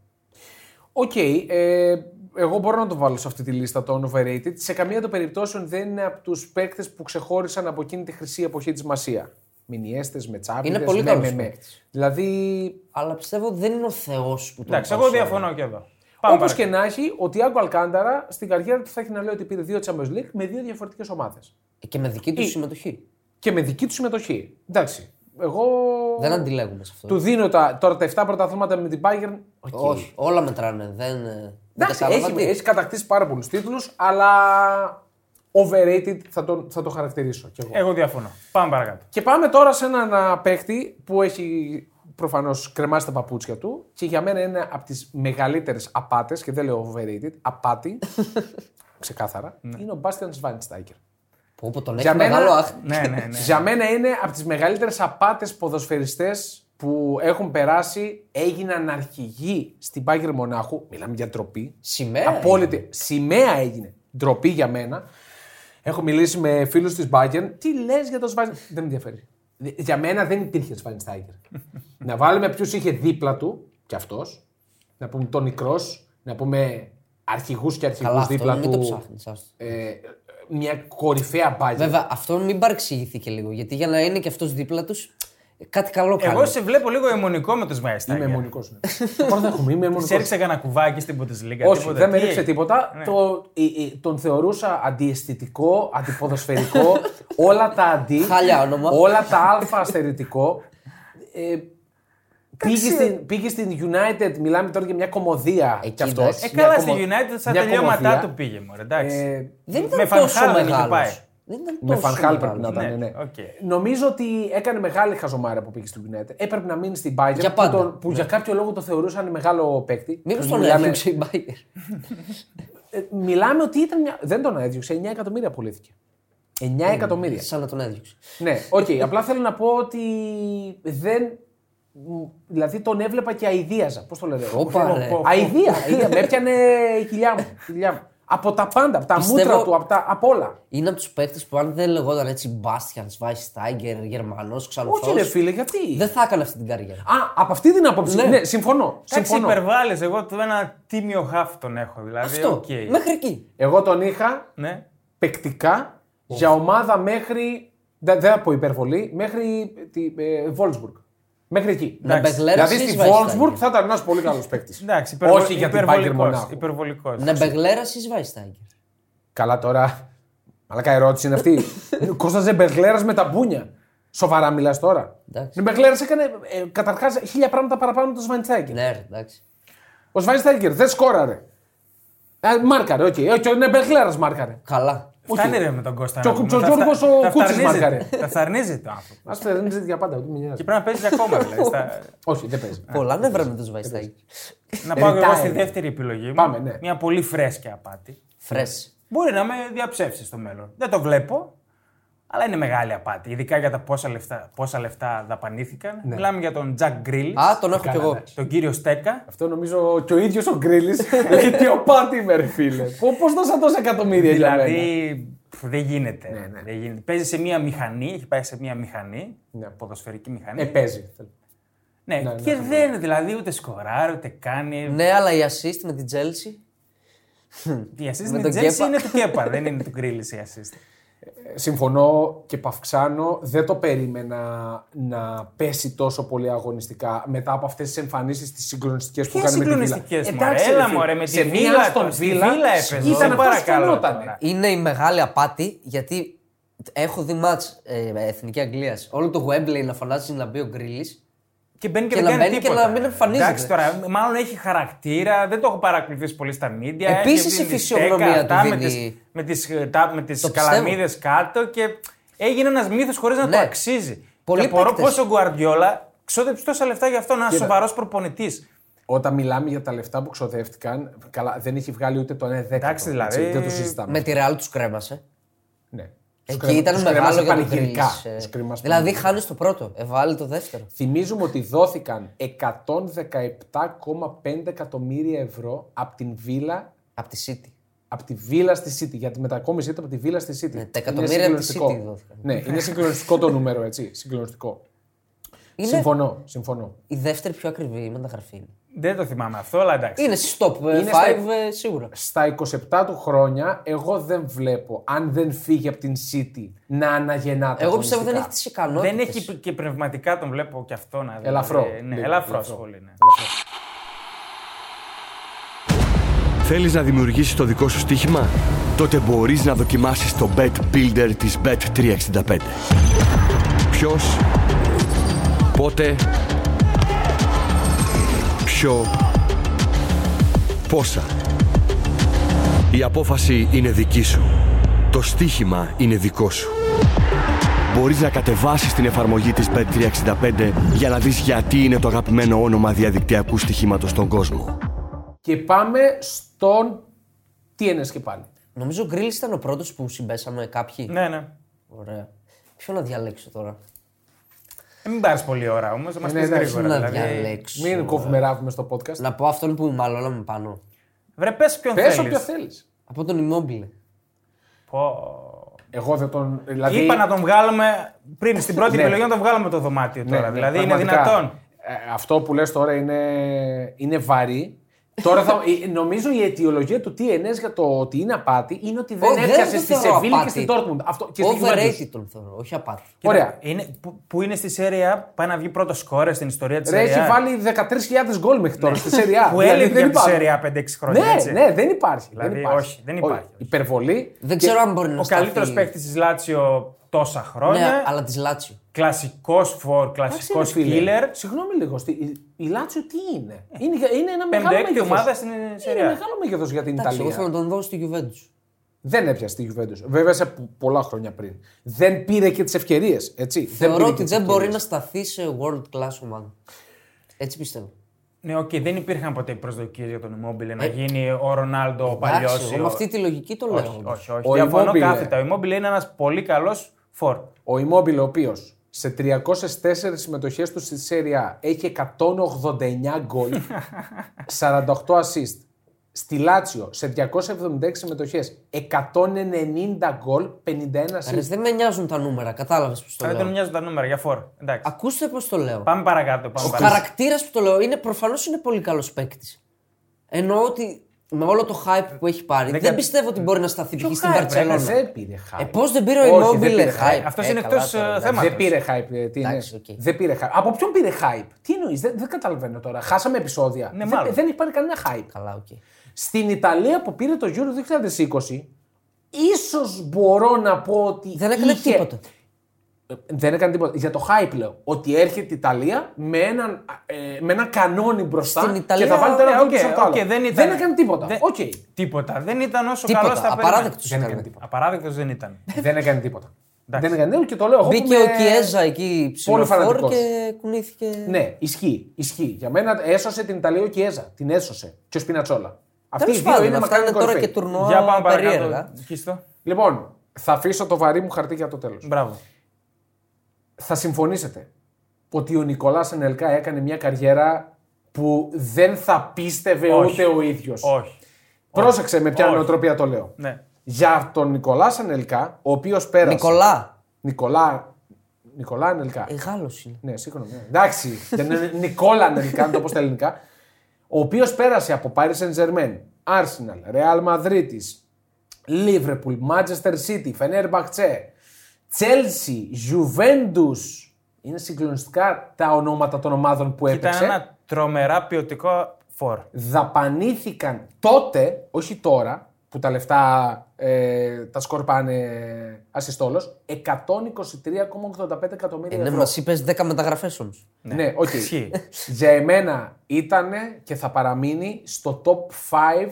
[SPEAKER 2] Οκ. ε, εγώ μπορώ να το βάλω σε αυτή τη λίστα των overrated. Σε καμία των περιπτώσεων δεν είναι από τους παίκτες που ξεχώρισαν από εκείνη τη χρυσή εποχή της Μασίας. Μινιέστε, με τσάπιδες,
[SPEAKER 3] Είναι πολύ
[SPEAKER 2] με,
[SPEAKER 3] καλός
[SPEAKER 2] με, με.
[SPEAKER 3] παίκτης.
[SPEAKER 2] Δηλαδή,
[SPEAKER 3] Αλλά πιστεύω δεν είναι ο Θεός που τον
[SPEAKER 1] Εντάξει, εγώ
[SPEAKER 3] παρουσιάζει.
[SPEAKER 1] διαφωνώ και εδώ. Πάμε
[SPEAKER 2] όπως
[SPEAKER 1] παρακάτω.
[SPEAKER 2] και να έχει, ο Τιάγκο Αλκάνταρα στην καριέρα του θα έχει να λέει ότι πήρε δύο Champions League με δύο διαφορετικές ομάδες.
[SPEAKER 3] Ε, Και με δική του συμμετοχή.
[SPEAKER 2] Και με δική του συμμετοχή. Εντάξει. Εγώ.
[SPEAKER 3] Δεν αντιλέγουμε σε αυτό.
[SPEAKER 2] Του δίνω τα, τώρα τα 7 πρωταθλήματα με την Bayern. Οκ.
[SPEAKER 3] Όχι, όλα μετράνε. Δεν, ε, δεν
[SPEAKER 2] Εντάξει,
[SPEAKER 3] κατάλαβα
[SPEAKER 2] έχει,
[SPEAKER 3] τι.
[SPEAKER 2] έχει κατακτήσει πάρα πολλούς τίτλους, αλλά overrated θα, τον, θα το χαρακτηρίσω κι εγώ.
[SPEAKER 1] Εγώ διαφωνώ. Πάμε παρακάτω.
[SPEAKER 2] Και πάμε τώρα σε έναν α, παίκτη που έχει προφανώς κρεμάσει τα παπούτσια του και για μένα είναι από τις μεγαλύτερες απάτες, και δεν λέω overrated, απάτη. ξεκάθαρα, είναι ο Μπάστιαν Σβάνιστάκερ.
[SPEAKER 3] Που, που τον
[SPEAKER 2] Για
[SPEAKER 3] έχει
[SPEAKER 2] μένα-
[SPEAKER 3] μεγάλο άχ.
[SPEAKER 1] Ναι, ναι, ναι.
[SPEAKER 2] Για μένα είναι από τις μεγαλύτερες απάτες ποδοσφαιριστές που έχουν περάσει, έγιναν αρχηγοί στην Πάγκερ Μονάχου. Μιλάμε για ντροπή.
[SPEAKER 3] Σημαία.
[SPEAKER 2] Απόλυτη. Σημαία έγινε. Ντροπή για μένα. Έχω μιλήσει με φίλους της Bayern. Τι λες για τον Σβάιν. δεν με ενδιαφέρει. Δε- Για μένα δεν υπήρχε Σβάινστάγκερ. να βάλουμε ποιους είχε δίπλα του κι αυτός. Να πούμε τον Νικρό. Να πούμε αρχηγούς και
[SPEAKER 3] Καλά,
[SPEAKER 2] αρχηγού
[SPEAKER 3] αυτό
[SPEAKER 2] δίπλα
[SPEAKER 3] μην το
[SPEAKER 2] του.
[SPEAKER 3] ψάχνεις.
[SPEAKER 2] Ε, μια κορυφαία Bayern.
[SPEAKER 3] Βέβαια, αυτό μην παρεξηγηθεί και λίγο. Γιατί για να είναι και αυτός δίπλα τους, κάτι καλό κάνει.
[SPEAKER 1] Εγώ σε βλέπω λίγο αιμονικό με τους Σβάινστάγκερ.
[SPEAKER 2] Είμαι ναι. αιμονικό. Το παραδέχομαι, είμαι αιμονικός.
[SPEAKER 1] Σε έριξε κανένα κουβάκι στην Bundesliga.
[SPEAKER 2] Όχι,
[SPEAKER 1] τίποτα.
[SPEAKER 2] δεν με
[SPEAKER 1] Τι Ναι.
[SPEAKER 2] ρίξε
[SPEAKER 1] έγινε?
[SPEAKER 2] τίποτα. Το, ε, ε, τον θεωρούσα αντιαισθητικό, αντιποδοσφαιρικό, όλα τα αντί.
[SPEAKER 3] Χάλια όνομα.
[SPEAKER 2] Όλα τα αλφα αστερητικό. Ε, πήγε, στην, πήγε στην United, μιλάμε τώρα για μια κομμωδία
[SPEAKER 3] Εκεί,
[SPEAKER 2] κι αυτός.
[SPEAKER 3] εντάξει.
[SPEAKER 1] Ε,
[SPEAKER 2] Μια
[SPEAKER 1] καλά στη
[SPEAKER 2] κομμω-
[SPEAKER 1] United, στα
[SPEAKER 2] μια
[SPEAKER 1] τελειώματά
[SPEAKER 2] κομμωδία.
[SPEAKER 1] του πήγε μωρέ, εντάξει.
[SPEAKER 2] Ε,
[SPEAKER 3] Δεν
[SPEAKER 1] με
[SPEAKER 3] ήταν
[SPEAKER 1] Φαν
[SPEAKER 3] τόσο
[SPEAKER 1] Χάλ δεν είχε
[SPEAKER 3] μεγάλος.
[SPEAKER 1] πάει.
[SPEAKER 3] Δεν ήταν
[SPEAKER 2] με
[SPEAKER 3] τόσο
[SPEAKER 2] Φανχάλ πρέπει να
[SPEAKER 3] μεγάλος.
[SPEAKER 2] ήταν. Ναι,
[SPEAKER 1] Ναι,
[SPEAKER 2] ναι.
[SPEAKER 1] οκ.
[SPEAKER 2] Νομίζω ότι έκανε μεγάλη χαζομάρα που πήγε στην United. Έπρεπε να μείνει στην Bayern
[SPEAKER 3] Για
[SPEAKER 2] που,
[SPEAKER 3] πάντα.
[SPEAKER 2] τον- που για κάποιο λόγο το θεωρούσαν μεγάλο παίκτη.
[SPEAKER 3] Μήπως τον
[SPEAKER 2] Μιλάμε-
[SPEAKER 3] έδιωξε η Μπάγκερ.
[SPEAKER 2] Ε, μιλάμε ότι ήταν μια. Δεν τον έδιωξε, 9 εκατομμύρια πουλήθηκε. 9 εκατομμύρια.
[SPEAKER 3] Σαν να τον έδιωξε.
[SPEAKER 2] ναι, οκ. απλά θέλω να πω ότι δεν. Δηλαδή τον έβλεπα και αηδίαζα. Πώς το λένε.
[SPEAKER 3] Όπα, ρε.
[SPEAKER 1] πω.
[SPEAKER 2] Αηδία. αηδία. με έπιανε η κοιλιά μου. η κοιλιά μου. Από τα πάντα, από τα
[SPEAKER 3] Πιστεύω-
[SPEAKER 2] μούτρα του, από, τα, από όλα.
[SPEAKER 3] Είναι από τους παίκτες που αν δεν λεγόταν έτσι Μπάστιαν, Βάιστάγκερ, Γερμανό,
[SPEAKER 2] Όχι, ρε
[SPEAKER 3] ξανθό.
[SPEAKER 2] φίλε, γιατί.
[SPEAKER 3] Δεν θα έκανε αυτή την καριέρα.
[SPEAKER 2] Α, από αυτή την άποψη. Ναι, συμφωνώ.
[SPEAKER 1] Εντάξει,
[SPEAKER 2] συμφωνώ.
[SPEAKER 1] υπερβάλλεις, Εγώ το ένα τίμιο χάφ τον έχω. Δηλαδή,
[SPEAKER 3] Αυτό.
[SPEAKER 1] οκ.
[SPEAKER 3] Μέχρι εκεί.
[SPEAKER 2] Εγώ τον είχα
[SPEAKER 1] Ναι.
[SPEAKER 2] παικτικά για ομάδα μέχρι. Δεν δεν θα πω υπερβολή, μέχρι τη ε, Wolfsburg. Μέχρι εκεί.
[SPEAKER 3] Με
[SPEAKER 1] Εντάξει.
[SPEAKER 3] μπεγλέρωσες
[SPEAKER 2] δηλαδή
[SPEAKER 3] η
[SPEAKER 2] στη
[SPEAKER 3] Schweinsteiger.
[SPEAKER 2] Wolfsburg θα ήταν ένας πολύ καλός παίκτης.
[SPEAKER 1] Εντάξει, υπερβολ...
[SPEAKER 2] Όχι για την Bayern
[SPEAKER 1] υπερβολικός.
[SPEAKER 2] Μονάχου. Ναι,
[SPEAKER 1] υπερβολικός.
[SPEAKER 3] Να μπεγλέρασε η Βάιστάγκερ.
[SPEAKER 2] Καλά τώρα. Μαλάκα ερώτηση είναι αυτή. Κόσταζε Μπεγκλέρα με τα μπούνια. Σοβαρά μιλάς τώρα.
[SPEAKER 3] Εντάξει.
[SPEAKER 2] Ο Μπεγκλέρα έκανε ε, καταρχάς χίλια πράγματα παραπάνω από τον Σβάινστάγκερ.
[SPEAKER 3] Ναι, ρε, εντάξει.
[SPEAKER 2] Ο Σβάινστάγκερ δεν σκόραρε. Ε, μάρκαρε, οκ. Okay. Ο Μπεγκλέρα μάρκαρε.
[SPEAKER 3] Καλά.
[SPEAKER 1] Φτάνει ρε με τον Κώστα.
[SPEAKER 2] Και ο
[SPEAKER 1] να πούμε,
[SPEAKER 2] Κουτσοτζόρκος
[SPEAKER 1] τα-
[SPEAKER 2] ο
[SPEAKER 1] τα
[SPEAKER 2] Κούτσης
[SPEAKER 1] φθαρνίζεται.
[SPEAKER 2] μάρκαρε.
[SPEAKER 1] Τα φθαρνίζει το άνθρωπο.
[SPEAKER 2] Ας το ερευνήσει για πάντα. ούτε με νοιάζει.
[SPEAKER 1] Και πρέπει να παίζει ακόμα. δηλαδή, στα-
[SPEAKER 2] Όχι, δεν παίζει.
[SPEAKER 3] Πολλά νεύρα με του Βάιστάγκερ.
[SPEAKER 1] Να πάω εγώ
[SPEAKER 2] Retire.
[SPEAKER 1] στη δεύτερη επιλογή μου.
[SPEAKER 2] Πάμε, ναι.
[SPEAKER 1] Μια πολύ φρέσκια απάτη.
[SPEAKER 3] Φρέσ.
[SPEAKER 1] Μπορεί να με διαψεύσει στο μέλλον. Δεν το βλέπω. Αλλά είναι μεγάλη απάτη. Ειδικά για τα πόσα λεφτά, πόσα λεφτά δαπανήθηκαν. Μιλάμε για τον Τζακ Γκρίλ.
[SPEAKER 3] Α, τον έχω κι εγώ.
[SPEAKER 1] Τον κύριο Στέκα.
[SPEAKER 2] Αυτό νομίζω και ο ίδιος ο Γκρίλη λέει τι απάτη με ρε φίλε. Πώ δώσα τόσα εκατομμύρια για μένα.
[SPEAKER 1] Δηλαδή πφ, δεν γίνεται. Δεν γίνεται. Παίζει σε μία μηχανή, έχει πάει σε μία μηχανή,
[SPEAKER 2] Ναι.
[SPEAKER 1] ποδοσφαιρική μηχανή.
[SPEAKER 2] Ε, παίζει.
[SPEAKER 1] ναι, και δεν, δηλαδή ούτε σκοράρει, ούτε κάνει.
[SPEAKER 3] Ναι, αλλά η assist με την Chelsea.
[SPEAKER 1] Η assist
[SPEAKER 3] Με
[SPEAKER 1] με
[SPEAKER 3] τον
[SPEAKER 1] Τζέλσι
[SPEAKER 3] Κέπα.
[SPEAKER 1] είναι του Κέπα, δεν είναι του Γκρίλη η assist.
[SPEAKER 2] Συμφωνώ και παυξάνω. Δεν το περίμενα να πέσει τόσο πολύ αγωνιστικά μετά από αυτές τις εμφανίσεις, τις συγκλονιστικές που
[SPEAKER 1] Ποιες
[SPEAKER 2] κάνει με τη Βίλα.
[SPEAKER 1] συγκλονιστικές μου.
[SPEAKER 2] Εντάξει, ρε
[SPEAKER 1] Έλα
[SPEAKER 2] φίλε,
[SPEAKER 1] μου, ρε, με
[SPEAKER 2] σε
[SPEAKER 1] τη Βίλα.
[SPEAKER 2] στον
[SPEAKER 1] στη Βίλα έπαιζε.
[SPEAKER 2] Ήταν
[SPEAKER 1] σε
[SPEAKER 2] αυτός
[SPEAKER 1] παρακαλώ
[SPEAKER 2] που φαινότανε.
[SPEAKER 1] τώρα.
[SPEAKER 3] Είναι η μεγάλη απάτη γιατί έχω δει μάτς ε, εθνική Αγγλίας. Όλο το Wembley να φωνάζεις να μπει ο Γκρίλης.
[SPEAKER 1] Και μπαίνει και,
[SPEAKER 3] Και
[SPEAKER 1] δεν
[SPEAKER 3] να
[SPEAKER 1] κάνει
[SPEAKER 3] μπαίνει και
[SPEAKER 1] τίποτα.
[SPEAKER 3] να μην εμφανίζεται.
[SPEAKER 1] Εντάξει τώρα, μάλλον έχει χαρακτήρα, δεν το έχω παρακολουθήσει πολύ στα μίντια.
[SPEAKER 3] Επίσης
[SPEAKER 1] έχει
[SPEAKER 3] η
[SPEAKER 1] δίνει
[SPEAKER 3] φυσιογνωμία
[SPEAKER 1] στέκα,
[SPEAKER 3] του
[SPEAKER 1] αυτά
[SPEAKER 3] δίνει-
[SPEAKER 1] Με τις, με τις, ε, τα- με τις
[SPEAKER 3] Το πιστεύω.
[SPEAKER 1] καλαμίδες κάτω και έγινε ένας μύθος χωρίς να
[SPEAKER 3] Ναι.
[SPEAKER 1] το αξίζει.
[SPEAKER 3] Πολλοί
[SPEAKER 1] και απορώ
[SPEAKER 3] παίκτες.
[SPEAKER 1] πώς ο Γκουαρδιόλα ξόδεψε τόσα λεφτά για αυτόν, ένα σοβαρός προπονητής.
[SPEAKER 2] Όταν μιλάμε για τα λεφτά που ξοδεύτηκαν, καλά, δεν έχει βγάλει ούτε το 1 δέκατο.
[SPEAKER 1] Εντάξει, δηλαδή,
[SPEAKER 2] έτσι, δεν το συζητάμε.
[SPEAKER 3] Με τη Real τους κρέμασε.
[SPEAKER 1] Ε,
[SPEAKER 2] Ναι.
[SPEAKER 3] Εκεί
[SPEAKER 2] Τους κρέμα-
[SPEAKER 3] ήταν
[SPEAKER 2] τους
[SPEAKER 3] μεγάλο
[SPEAKER 2] κρέμασε
[SPEAKER 3] για τον
[SPEAKER 2] πανηγυρικά.
[SPEAKER 3] Γκρίλης. ε.
[SPEAKER 2] Τους κρέμασε
[SPEAKER 3] Δηλαδή
[SPEAKER 2] πανηγυρικά.
[SPEAKER 3] χάνεις το πρώτο, εβάλλει το δεύτερο.
[SPEAKER 2] Θυμίζουμε ότι δόθηκαν 117,5 εκατομμύρια ευρώ από την Βίλα
[SPEAKER 3] Από τη City.
[SPEAKER 2] από τη Βίλα στη City. Για τη μετακόμιση ήταν από τη Βίλα στη City.
[SPEAKER 3] Ναι, τα
[SPEAKER 2] Είναι
[SPEAKER 3] εκατομμύρια από τη
[SPEAKER 2] συγκλονιστικό.
[SPEAKER 3] City δόθηκαν.
[SPEAKER 2] Ναι, είναι συγκλονιστικό το νούμερο, έτσι. Συγκλονιστικό.
[SPEAKER 3] Είναι
[SPEAKER 2] Συμφωνώ, συμφωνώ.
[SPEAKER 3] η δεύτερη πιο ακριβή μεταγραφή. είναι.
[SPEAKER 1] Δεν το θυμάμαι αυτό, αλλά εντάξει.
[SPEAKER 3] Είναι στις top 5
[SPEAKER 2] Είναι στα-
[SPEAKER 3] σίγουρα.
[SPEAKER 2] Στα 27 του χρόνια, εγώ δεν βλέπω, αν δεν φύγει από την City, να αναγεννάται.
[SPEAKER 3] Εγώ πιστεύω δεν έχει
[SPEAKER 2] αγωνιστικά.
[SPEAKER 3] τις ικανότητες.
[SPEAKER 1] Δεν έχει και πνευματικά, τον βλέπω και αυτό να δει.
[SPEAKER 2] Ελαφρό,
[SPEAKER 1] Ναι,
[SPEAKER 2] λίγο,
[SPEAKER 1] ελαφρός
[SPEAKER 2] ελαφρό.
[SPEAKER 1] πολύ, ναι.
[SPEAKER 4] Θέλεις να δημιουργήσεις το δικό σου στοίχημα? Τότε μπορείς να δοκιμάσεις το Bet Builder της Bet365. Ποιος, πότε, ποιο, πόσα. Η απόφαση είναι δική σου. Το στοίχημα είναι δικό σου. Μπορείς να κατεβάσεις την εφαρμογή της Bet365 για να δεις γιατί είναι το αγαπημένο όνομα διαδικτυακού στοιχήματος στον κόσμο.
[SPEAKER 2] Και πάμε στον. Τι είναι και πάλι.
[SPEAKER 3] Νομίζω ο Γκρίλ ήταν ο πρώτος που συμπέσαμε κάποιοι.
[SPEAKER 1] Ναι, ναι.
[SPEAKER 3] Ωραία. Ποιο να διαλέξω τώρα.
[SPEAKER 1] Ε, Μην πάρεις πολλή ώρα όμως, θα μας
[SPEAKER 2] Ναι,
[SPEAKER 1] πεις
[SPEAKER 2] εντάξει,
[SPEAKER 1] γρήγορα.
[SPEAKER 3] να
[SPEAKER 1] Δηλαδή.
[SPEAKER 3] διαλέξω.
[SPEAKER 2] Μην κόβουμε ράβουμε στο podcast.
[SPEAKER 3] Να πω αυτόν που μαλώναμε πάνω.
[SPEAKER 1] Βρε, πες ποιον
[SPEAKER 2] Πες όποιο
[SPEAKER 1] θέλει.
[SPEAKER 2] θέλεις.
[SPEAKER 3] Από τον Immobile.
[SPEAKER 2] Εγώ δεν τον. Δηλαδή...
[SPEAKER 1] Είπα να τον βγάλουμε πριν στην πρώτη
[SPEAKER 2] Ναι.
[SPEAKER 1] επιλογή να τον βγάλουμε από το δωμάτιο
[SPEAKER 2] Ναι,
[SPEAKER 1] τώρα.
[SPEAKER 2] ναι,
[SPEAKER 1] δηλαδή είναι
[SPEAKER 2] πραγματικά.
[SPEAKER 1] δυνατόν.
[SPEAKER 2] Ε, αυτό που λες τώρα είναι, είναι βαρύ. Τώρα θα, ε, νομίζω η αιτιολογία του TNS για το ότι είναι απάτη είναι ότι δεν
[SPEAKER 3] Ω,
[SPEAKER 2] έπιασε
[SPEAKER 3] το
[SPEAKER 2] στη
[SPEAKER 3] θεωρώ
[SPEAKER 2] Σεβίλη και
[SPEAKER 3] απάτη.
[SPEAKER 2] στην Dortmund. Αυτό, και στην Juventus.
[SPEAKER 3] Overrated τον θεωρώ, όχι απάτη.
[SPEAKER 1] Κοίτα,
[SPEAKER 2] Ωραία.
[SPEAKER 1] Είναι, που, που είναι στη σέρια, πάει να βγει πρώτος σκόρε στην ιστορία της
[SPEAKER 2] Ρε,
[SPEAKER 1] σέρια.
[SPEAKER 2] έχει βάλει 13.000 γκολ μέχρι τώρα στη Serie A.
[SPEAKER 1] Που
[SPEAKER 2] Δηλαδή,
[SPEAKER 1] έλειπε από τη
[SPEAKER 2] υπάρχει.
[SPEAKER 1] σέρια 5-6 χρόνια.
[SPEAKER 2] Ναι,
[SPEAKER 1] έτσι.
[SPEAKER 2] ναι, δεν υπάρχει.
[SPEAKER 1] Δηλαδή,
[SPEAKER 2] δεν υπάρχει.
[SPEAKER 1] όχι, δεν υπάρχει.
[SPEAKER 2] υπερβολή.
[SPEAKER 3] Δεν ξέρω αν μπορεί να
[SPEAKER 1] Ο
[SPEAKER 3] σταθεί.
[SPEAKER 1] καλύτερο παίκτης της Λάτσιο τόσα
[SPEAKER 3] Ναι,
[SPEAKER 1] χρόνια.
[SPEAKER 3] αλλά της Λάτσιο.
[SPEAKER 1] Κλασικός φορ,
[SPEAKER 2] Εντάξει,
[SPEAKER 1] κλασικός
[SPEAKER 2] ρε, φίλε.
[SPEAKER 1] killer.
[SPEAKER 2] Συγγνώμη λίγο. στη- Η, η Λάτσιο τι είναι. Είναι, είναι ένα μεγάλο
[SPEAKER 1] Πέμπτη-έκτη
[SPEAKER 2] μέγεθος.
[SPEAKER 1] ομάδα στην
[SPEAKER 2] Είναι
[SPEAKER 1] σέρια.
[SPEAKER 2] μεγάλο μέγεθος για την
[SPEAKER 3] Εντάξει, εγώ
[SPEAKER 2] Ιταλία.
[SPEAKER 3] θέλω να τον δω στη Juventus.
[SPEAKER 2] Δεν έπιασε τη Juventus. Βέβαια σε πο- πολλά χρόνια πριν. Δεν πήρε και τις ευκαιρίες.
[SPEAKER 3] Θεωρώ ότι δεν μπορεί να σταθεί σε world class ομάδα. Έτσι πιστεύω.
[SPEAKER 1] Ναι, οκ, δεν υπήρχαν ποτέ προσδοκίες για τον Immobile να γίνει ο Ρονάλντο ο παλιό.
[SPEAKER 3] Ε, Εντάξει, εγώ με αυτή τη λογική το λέω.
[SPEAKER 1] Όχι,
[SPEAKER 2] Ο
[SPEAKER 1] όχι. Διαφωνώ
[SPEAKER 2] Immobile.
[SPEAKER 1] κάθετα. Ο Immobile είναι ένας πολύ καλός φορ.
[SPEAKER 2] Ο Immobile, ο οποίος σε 304 συμμετοχές του στη Serie A έχει 189 γκολ, 48 assist. Στη Λάτσιο σε 276 συμμετοχέ 190 γκολ, 51
[SPEAKER 3] Ρε,
[SPEAKER 2] assist.
[SPEAKER 3] δεν με νοιάζουν τα νούμερα, κατάλαβες που το
[SPEAKER 1] Δεν τον
[SPEAKER 3] λέω.
[SPEAKER 1] νοιάζουν τα νούμερα για φορ. Εντάξει.
[SPEAKER 3] Ακούστε πώς το λέω.
[SPEAKER 1] Πάμε παρακάτω. Πάμε
[SPEAKER 3] Ο
[SPEAKER 1] παρακάτω.
[SPEAKER 3] χαρακτήρας που το λέω είναι προφανώς είναι πολύ καλός παίκτης. Εννοώ ότι με όλο το hype που έχει πάρει, δεν,
[SPEAKER 1] κα-
[SPEAKER 3] πιστεύω ότι μπορεί να σταθεί π.χ. στην
[SPEAKER 1] hype,
[SPEAKER 2] Ε,
[SPEAKER 3] Παρσελόνα.
[SPEAKER 2] Δεν πήρε hype.
[SPEAKER 3] Ε, πώς δεν πήρε ο
[SPEAKER 2] Όχι, δεν πήρε
[SPEAKER 3] Immobile
[SPEAKER 2] hype.
[SPEAKER 3] hype.
[SPEAKER 1] Αυτός
[SPEAKER 3] Ε,
[SPEAKER 1] είναι
[SPEAKER 3] καλά
[SPEAKER 1] εκτός,
[SPEAKER 3] τώρα,
[SPEAKER 1] ε,
[SPEAKER 3] εντάξει.
[SPEAKER 1] θέματος.
[SPEAKER 2] Δεν πήρε hype. ε, Τι είναι.
[SPEAKER 3] Εντάξει, οκ.
[SPEAKER 2] Δεν πήρε hype. Από ποιον πήρε hype, τι εννοείς, δεν, δεν καταλαβαίνω τώρα. Χάσαμε επεισόδια.
[SPEAKER 1] Ναι,
[SPEAKER 2] δεν,
[SPEAKER 1] μάλλον.
[SPEAKER 2] δεν υπάρχει κανένα hype.
[SPEAKER 3] Καλά, οκ.
[SPEAKER 2] Στην Ιταλία που πήρε το Euro 2020, ίσως μπορώ να πω ότι.
[SPEAKER 3] Δεν έκανε
[SPEAKER 2] είχε-
[SPEAKER 3] τίποτα.
[SPEAKER 2] Δεν έκανε τίποτα. Για το hype λέω. Ότι έρχεται η Ιταλία με έναν, ε, με ένα κανόνι μπροστά
[SPEAKER 3] Στην Ιταλία,
[SPEAKER 2] και θα βάλει ένα
[SPEAKER 1] ναι,
[SPEAKER 2] γκολ
[SPEAKER 1] οκ,
[SPEAKER 2] πίσω από το άλλο.
[SPEAKER 1] οκ, δεν ήταν-
[SPEAKER 2] έκανε τίποτα.
[SPEAKER 1] δεν-
[SPEAKER 2] Οκ.
[SPEAKER 1] Τίποτα. Δεν ήταν όσο
[SPEAKER 3] Τίποτα.
[SPEAKER 1] καλό θα
[SPEAKER 3] Απαράδεκτος
[SPEAKER 2] Δεν έκανε
[SPEAKER 3] ήταν.
[SPEAKER 2] τίποτα.
[SPEAKER 1] Απαράδεκτος δεν ήταν.
[SPEAKER 2] δεν έκανε τίποτα. δεν έκανε τίποτα και το λέω. εγώ που
[SPEAKER 3] Μπήκε
[SPEAKER 2] είμαι-
[SPEAKER 3] ο Κιέζα εκεί ψηλοφόρ
[SPEAKER 2] φανατικός.
[SPEAKER 3] και κουνήθηκε.
[SPEAKER 2] Ναι, ισχύει. ισχύει. Για μένα έσωσε την Ιταλία ο Κιέζα. Την έσωσε. Και ο Σπινατσόλα. Αυτοί οι
[SPEAKER 3] Τέλο
[SPEAKER 2] δύο
[SPEAKER 3] πάντων,
[SPEAKER 2] είναι
[SPEAKER 3] αυτά είναι
[SPEAKER 2] μακράν
[SPEAKER 3] τώρα
[SPEAKER 2] κορυφαίοι.
[SPEAKER 3] και τουρνουά
[SPEAKER 1] Για πάμε παρακάτω.
[SPEAKER 3] περίεργα.
[SPEAKER 1] Κίστο.
[SPEAKER 2] Λοιπόν, θα αφήσω το βαρύ μου χαρτί για το τέλος.
[SPEAKER 1] Μπράβο.
[SPEAKER 2] θα συμφωνήσετε ότι ο Νικολάς Ενελκά έκανε μια καριέρα που δεν θα πίστευε
[SPEAKER 1] Όχι.
[SPEAKER 2] ούτε ο ίδιος.
[SPEAKER 1] Όχι.
[SPEAKER 2] Πρόσεξε με ποια
[SPEAKER 1] Όχι.
[SPEAKER 2] νοοτροπία το λέω.
[SPEAKER 1] Ναι.
[SPEAKER 2] Για τον Νικολάς Ενελκά, ο οποίος πέρασε.
[SPEAKER 3] Νικολά.
[SPEAKER 2] Νικολά. Νικολά Ενελκά.
[SPEAKER 3] Ε, Γάλλος είναι.
[SPEAKER 2] Ναι, σίγουρα. ναι. Εντάξει, δεν είναι Νικόλα Ανελικά, να το πω στα ελληνικά. Ο οποίος πέρασε από Paris Saint Germain, Arsenal, Real Madrid, Liverpool, Manchester City, Fenerbahce, Chelsea, Juventus. Είναι συγκλονιστικά τα ονόματα των ομάδων που
[SPEAKER 1] Ήταν
[SPEAKER 2] έπαιξε.
[SPEAKER 1] ένα τρομερά ποιοτικό φορ.
[SPEAKER 2] Δαπανήθηκαν τότε, όχι τώρα, που τα λεφτά ε, τα σκορπάνε ασυστόλος, 123,85 εκατομμύρια
[SPEAKER 3] Ε, ναι,
[SPEAKER 2] ευρώ.
[SPEAKER 3] μας είπες 10 μεταγραφές όμως.
[SPEAKER 2] Ναι, οκ.
[SPEAKER 1] Ισχύει.
[SPEAKER 2] Για εμένα ήταν και θα παραμείνει στο top 5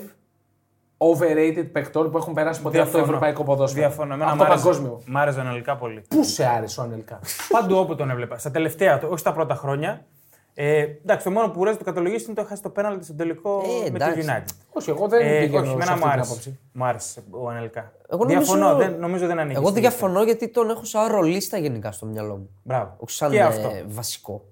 [SPEAKER 2] overrated παικτών που έχουν περάσει ποτέ από το ευρωπαϊκό ποδόσφαιρο.
[SPEAKER 1] Διαφωνώ. Εμένα
[SPEAKER 2] Από το
[SPEAKER 1] μ' άρεσε-
[SPEAKER 2] παγκόσμιο.
[SPEAKER 1] Μ' άρεσε αναλυτικά πολύ.
[SPEAKER 2] Πού σε άρεσε ο Ανελκά.
[SPEAKER 1] Παντού όπου τον έβλεπα. Στα τελευταία, του, όχι στα πρώτα χρόνια. Ε, εντάξει, το μόνο που ρέζει το καταλογίσει είναι το έχασε το πέναλτι στον τελικό
[SPEAKER 3] Ε,
[SPEAKER 1] με το
[SPEAKER 3] εντάξει.
[SPEAKER 1] United.
[SPEAKER 2] όχι, εγώ δεν
[SPEAKER 1] Ε,
[SPEAKER 2] πηγαίνω
[SPEAKER 1] όχι,
[SPEAKER 2] σε
[SPEAKER 1] εμένα
[SPEAKER 2] αυτή
[SPEAKER 1] μου
[SPEAKER 2] την
[SPEAKER 1] άρεσε.
[SPEAKER 2] άποψη.
[SPEAKER 1] Μου άρεσε ο Ανελικά.
[SPEAKER 3] Εγώ νομίζω-
[SPEAKER 1] Διαφωνώ, δεν, νομίζω δεν ανοίγεις.
[SPEAKER 3] Εγώ
[SPEAKER 1] στη λίστα.
[SPEAKER 3] διαφωνώ γιατί τον έχω σαν ρολίστα γενικά στο μυαλό μου.
[SPEAKER 1] Μπράβο.
[SPEAKER 3] Όχι σαν
[SPEAKER 1] Και
[SPEAKER 3] ε,
[SPEAKER 1] αυτό.
[SPEAKER 3] βασικό.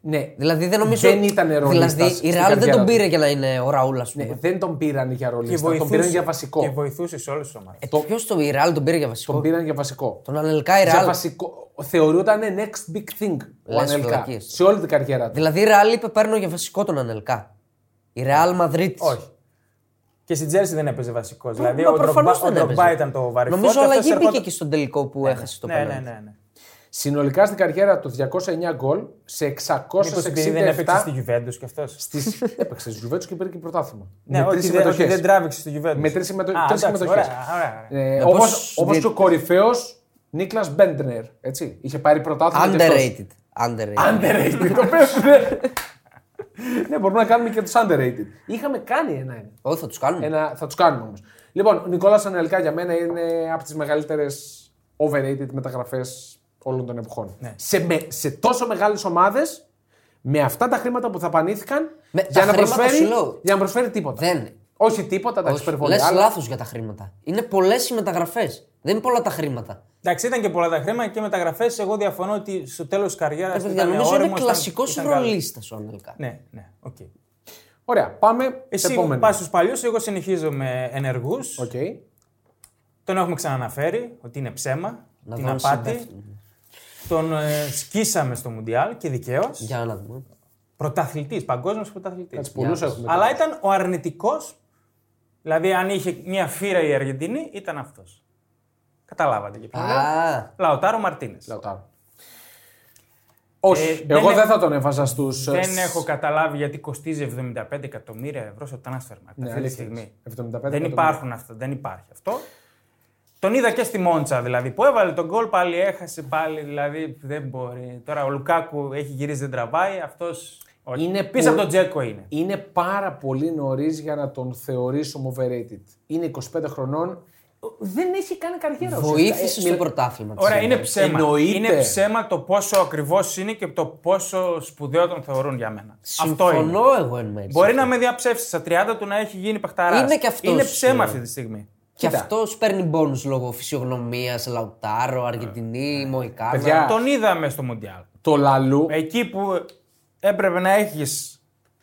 [SPEAKER 2] Ναι,
[SPEAKER 3] Δηλαδή δεν νομίζω.
[SPEAKER 2] Δεν ήταν ρολίστας
[SPEAKER 3] Δηλαδή η
[SPEAKER 2] στην
[SPEAKER 3] Real δεν
[SPEAKER 2] καριέρα
[SPEAKER 3] τον
[SPEAKER 2] του.
[SPEAKER 3] πήρε για να είναι ο Ραούλ, ας
[SPEAKER 2] ναι,
[SPEAKER 3] πούμε.
[SPEAKER 2] δεν τον πήραν για
[SPEAKER 1] Και
[SPEAKER 2] ρολίστα, τον πήραν
[SPEAKER 1] βοηθούσε,
[SPEAKER 2] για
[SPEAKER 1] και
[SPEAKER 2] βασικό.
[SPEAKER 1] βοηθούσε σε όλες τις ομάδες.
[SPEAKER 3] Ε, Ποιος το η Real τον πήρε για βασικό.
[SPEAKER 2] Τον πήραν για βασικό.
[SPEAKER 3] Τον Ανελκά η
[SPEAKER 2] Για
[SPEAKER 3] Real.
[SPEAKER 2] βασικό. Θεωρούνταν next big thing ο
[SPEAKER 3] Λες
[SPEAKER 2] Ανελκά
[SPEAKER 3] φυλακίες.
[SPEAKER 2] σε όλη την καριέρα του.
[SPEAKER 3] Δηλαδή η Real είπε παίρνω για βασικό τον Ανελκά. Η Real Μαδρίτης.
[SPEAKER 1] Όχι. Και στην Τζέρση δεν έπαιζε βασικός. Δηλαδή
[SPEAKER 3] Μα
[SPEAKER 1] ο
[SPEAKER 3] προφανώς
[SPEAKER 1] Ντρογκμπά- ο
[SPEAKER 3] δεν
[SPEAKER 1] Ντρογκμπά
[SPEAKER 3] έπαιζε.
[SPEAKER 1] ήταν το βαρύ
[SPEAKER 3] Νομίζω
[SPEAKER 1] φόρτι, αυτός
[SPEAKER 3] αλλαγή
[SPEAKER 1] ερχόταν-
[SPEAKER 3] μπήκε και στον τελικό που έχασε το
[SPEAKER 1] Ναι,
[SPEAKER 3] πέναλτι.
[SPEAKER 1] ναι, ναι. ναι.
[SPEAKER 2] Συνολικά στην καριέρα του 209 γκολ σε 667
[SPEAKER 1] Μήπως επειδή δεν έπαιξε στη Γιουβέντο κι αυτός.
[SPEAKER 2] Στις... έπαιξε στη Juventus και πήρε και πρωτάθλημα.
[SPEAKER 1] Ναι,
[SPEAKER 2] με τρει
[SPEAKER 1] όχι, δεν, όχι,
[SPEAKER 2] συμμετοχές.
[SPEAKER 1] δεν τράβηξε στη Γιουβέντο.
[SPEAKER 2] Με τρεις συμμετο-
[SPEAKER 1] συμμετοχέ.
[SPEAKER 2] τρεις συμμετοχές.
[SPEAKER 1] Ωραία, ωραία.
[SPEAKER 2] Ε,
[SPEAKER 3] Ναι,
[SPEAKER 2] Όπως
[SPEAKER 3] πώς
[SPEAKER 2] όπως και
[SPEAKER 3] διαιτητές.
[SPEAKER 2] ο κορυφαίος Νίκλας Μπέντνερ. Έτσι. Είχε πάρει πρωτάθλημα. και αυτός.
[SPEAKER 3] Underrated. Underrated.
[SPEAKER 2] Underrated. το πέφτουνε. ναι, μπορούμε να κάνουμε και τους underrated. Είχαμε κάνει ένα.
[SPEAKER 3] Όχι, θα τους κάνουμε.
[SPEAKER 2] ένα θα τους κάνουμε όμως. Λοιπόν, ο Νικόλα Ανελικά για μένα είναι από τις μεγαλύτερες overrated μεταγραφές όλων των εποχών.
[SPEAKER 3] Ναι.
[SPEAKER 2] Σε, με, σε τόσο μεγάλες ομάδες, με αυτά τα χρήματα που θα πανήθηκαν,
[SPEAKER 3] Με
[SPEAKER 2] για,
[SPEAKER 3] Ναι, τα
[SPEAKER 2] να
[SPEAKER 3] χρήματα
[SPEAKER 2] προσφέρει,
[SPEAKER 3] σου λέω.
[SPEAKER 2] για να προσφέρει τίποτα.
[SPEAKER 3] Δεν.
[SPEAKER 2] Όχι τίποτα, τα υπερβολή.
[SPEAKER 3] Λες
[SPEAKER 2] αλλά-
[SPEAKER 3] λάθος για τα χρήματα. Είναι πολλές οι μεταγραφές. Δεν είναι πολλά τα χρήματα.
[SPEAKER 1] Εντάξει, ήταν και πολλά τα χρήματα και μεταγραφές. Εγώ διαφωνώ ότι στο τέλος της καριέρας.
[SPEAKER 3] Ε, Παιδιά, νομίζω είναι κλασικό ρολίστας ο Ανελκά.
[SPEAKER 1] Ναι, ναι, οκ.
[SPEAKER 2] Ωραία, πάμε σε
[SPEAKER 1] Εσύ
[SPEAKER 2] επόμενο.
[SPEAKER 1] πας στους παλιούς, εγώ συνεχίζω με ενεργούς.
[SPEAKER 2] Οκ.
[SPEAKER 1] Τον έχουμε ξαναναφέρει ότι είναι ψέμα,
[SPEAKER 3] Να
[SPEAKER 1] την
[SPEAKER 3] δω αν
[SPEAKER 1] απάτη.
[SPEAKER 3] συμπέφτει.
[SPEAKER 1] Τον ε, σκίσαμε στο Μουντιάλ και δικαίως.
[SPEAKER 3] Για να δούμε.
[SPEAKER 1] Πρωταθλητής, παγκόσμιος πρωταθλητής.
[SPEAKER 2] Έτσι, πολλούς έχουμε.
[SPEAKER 1] Αλλά ήταν ο αρνητικός. Δηλαδή, αν είχε μια φύρα η Αργεντινή, ήταν αυτός. Καταλάβατε και ποιον. λέω.
[SPEAKER 3] Α,
[SPEAKER 1] Λαοτάρο Μαρτίνες.
[SPEAKER 2] Λαουτάρο. Όχι,
[SPEAKER 1] Ε, δεν
[SPEAKER 2] εγώ
[SPEAKER 1] έχω-
[SPEAKER 2] δεν θα τον έβαζα στους.
[SPEAKER 1] Δεν έχω καταλάβει γιατί κοστίζει 75 εκατομμύρια ευρώ στο transfer
[SPEAKER 3] Ναι,
[SPEAKER 1] market
[SPEAKER 2] Ναι,
[SPEAKER 1] αυτή τη στιγμή. Δεν υπάρχουν αυτά, δεν υπάρχει αυτό. Τον είδα και στη Μόντσα δηλαδή που έβαλε τον γκολ, πάλι έχασε, πάλι δηλαδή δεν μπορεί. Τώρα ο Λουκάκου έχει γυρίσει, δεν τραβάει, αυτός όχι.
[SPEAKER 2] Είναι
[SPEAKER 1] Πίσω από
[SPEAKER 2] που-
[SPEAKER 1] τον Τζέκο είναι.
[SPEAKER 2] Είναι πάρα πολύ νωρίς για να τον θεωρήσουμε overrated. Είναι 25 χρονών. Δεν έχει κάνει καριέρα. ουσιαστικά.
[SPEAKER 3] βοήθησε
[SPEAKER 2] Ε,
[SPEAKER 3] στο
[SPEAKER 2] μιλ-
[SPEAKER 3] πρωτάθλημα. της
[SPEAKER 1] Ωραία,
[SPEAKER 3] Ιταλίας.
[SPEAKER 1] είναι ψέμα.
[SPEAKER 2] Εννοείται.
[SPEAKER 1] Είναι ψέμα το πόσο ακριβώς είναι και το πόσο σπουδαίο τον θεωρούν για μένα. Αυτό είναι.
[SPEAKER 3] Συμφωνώ εγώ εν μέρει.
[SPEAKER 1] Μπορεί να με διαψεύσει στα 30 του να έχει γίνει παχταρά.
[SPEAKER 3] Είναι και αυτός,
[SPEAKER 1] Είναι ψέμα
[SPEAKER 3] ε,
[SPEAKER 1] αυτή τη στιγμή.
[SPEAKER 3] Και
[SPEAKER 2] Κοίτα.
[SPEAKER 3] αυτός παίρνει μπόνου λόγω φυσιογνωμίας, Λαουτάρο, Αργεντινή, Μοϊκάνα.
[SPEAKER 2] Παιδιά.
[SPEAKER 1] Τον είδαμε στο Μουντιάλ.
[SPEAKER 2] Το λαλού.
[SPEAKER 1] Εκεί που έπρεπε να έχεις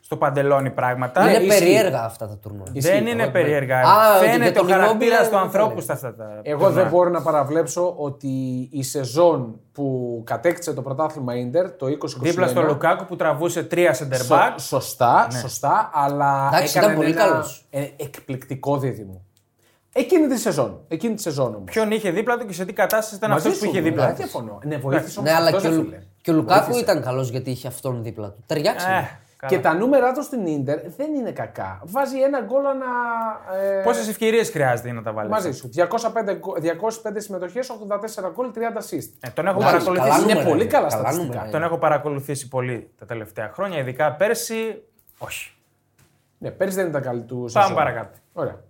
[SPEAKER 1] στο παντελόνι πράγματα.
[SPEAKER 3] Είναι
[SPEAKER 2] Ναι, ισχύει.
[SPEAKER 3] περίεργα αυτά τα τουρνουά.
[SPEAKER 1] δεν
[SPEAKER 2] ισχύει,
[SPEAKER 1] είναι
[SPEAKER 2] εγώ-
[SPEAKER 1] περίεργα.
[SPEAKER 3] Α, ότι για
[SPEAKER 1] Φαίνεται ο
[SPEAKER 3] τον
[SPEAKER 1] χαρακτήρας
[SPEAKER 3] Immobile
[SPEAKER 1] του
[SPEAKER 3] δεν
[SPEAKER 1] ανθρώπου
[SPEAKER 3] λέει.
[SPEAKER 1] στα αυτά τα.
[SPEAKER 2] Εγώ
[SPEAKER 1] τουρνά.
[SPEAKER 2] δεν μπορώ να παραβλέψω ότι η σεζόν που κατέκτησε το πρωτάθλημα Ιντερ το 2021.
[SPEAKER 1] Δίπλα στο Ναι. Λουκάκο που τραβούσε τρία center
[SPEAKER 2] Σω-
[SPEAKER 1] back.
[SPEAKER 2] σωστά, σωστά, αλλά
[SPEAKER 3] Εντάξει,
[SPEAKER 2] έκαναν
[SPEAKER 3] ήταν πολύ
[SPEAKER 2] ένα
[SPEAKER 3] καλός.
[SPEAKER 2] ε, εκπληκτικό δίδυμο. Εκείνη τη σεζόν. Εκείνη τη σεζόν όμως.
[SPEAKER 1] Ποιον είχε δίπλα του και σε τι κατάσταση ήταν αυτό
[SPEAKER 2] Μαζί
[SPEAKER 1] που
[SPEAKER 2] σου,
[SPEAKER 1] είχε
[SPEAKER 2] ναι,
[SPEAKER 1] δίπλα
[SPEAKER 2] Δεν
[SPEAKER 1] του.
[SPEAKER 2] διαφωνώ. Ναι, βοήθησε
[SPEAKER 3] Ναι,
[SPEAKER 2] όμως
[SPEAKER 3] αλλά
[SPEAKER 2] αυτός,
[SPEAKER 3] και
[SPEAKER 2] ρε
[SPEAKER 3] ο,
[SPEAKER 2] φίλε.
[SPEAKER 3] και ο Λουκάκου ήταν καλός γιατί είχε αυτόν δίπλα του. Ταιριάξαμε.
[SPEAKER 1] Ε, καλά.
[SPEAKER 2] Και τα νούμερα τους στην ντερ δεν είναι κακά. Βάζει ένα γκολ ανά. Ε,
[SPEAKER 1] Πόσες ευκαιρίες χρειάζεται να τα βάλεις.
[SPEAKER 2] Μαζί σου. 205, γκο- 205 συμμετοχέ, 84 γκολ, 30 assist.
[SPEAKER 1] Ε, τον έχω
[SPEAKER 3] Εντάξει,
[SPEAKER 1] παρακολουθήσει.
[SPEAKER 3] καλά
[SPEAKER 2] Είναι
[SPEAKER 3] νούμερα
[SPEAKER 2] πολύ καλά στατιστικά.
[SPEAKER 3] νούμερα είναι.
[SPEAKER 1] Τον έχω παρακολουθήσει πολύ τα τελευταία χρόνια, ειδικά πέρσι. Όχι.
[SPEAKER 2] Ναι, πέρυσι δεν ήταν καλή του.
[SPEAKER 1] Πάμε
[SPEAKER 2] σεζόν.
[SPEAKER 1] παρακάτω.
[SPEAKER 2] Ωραία.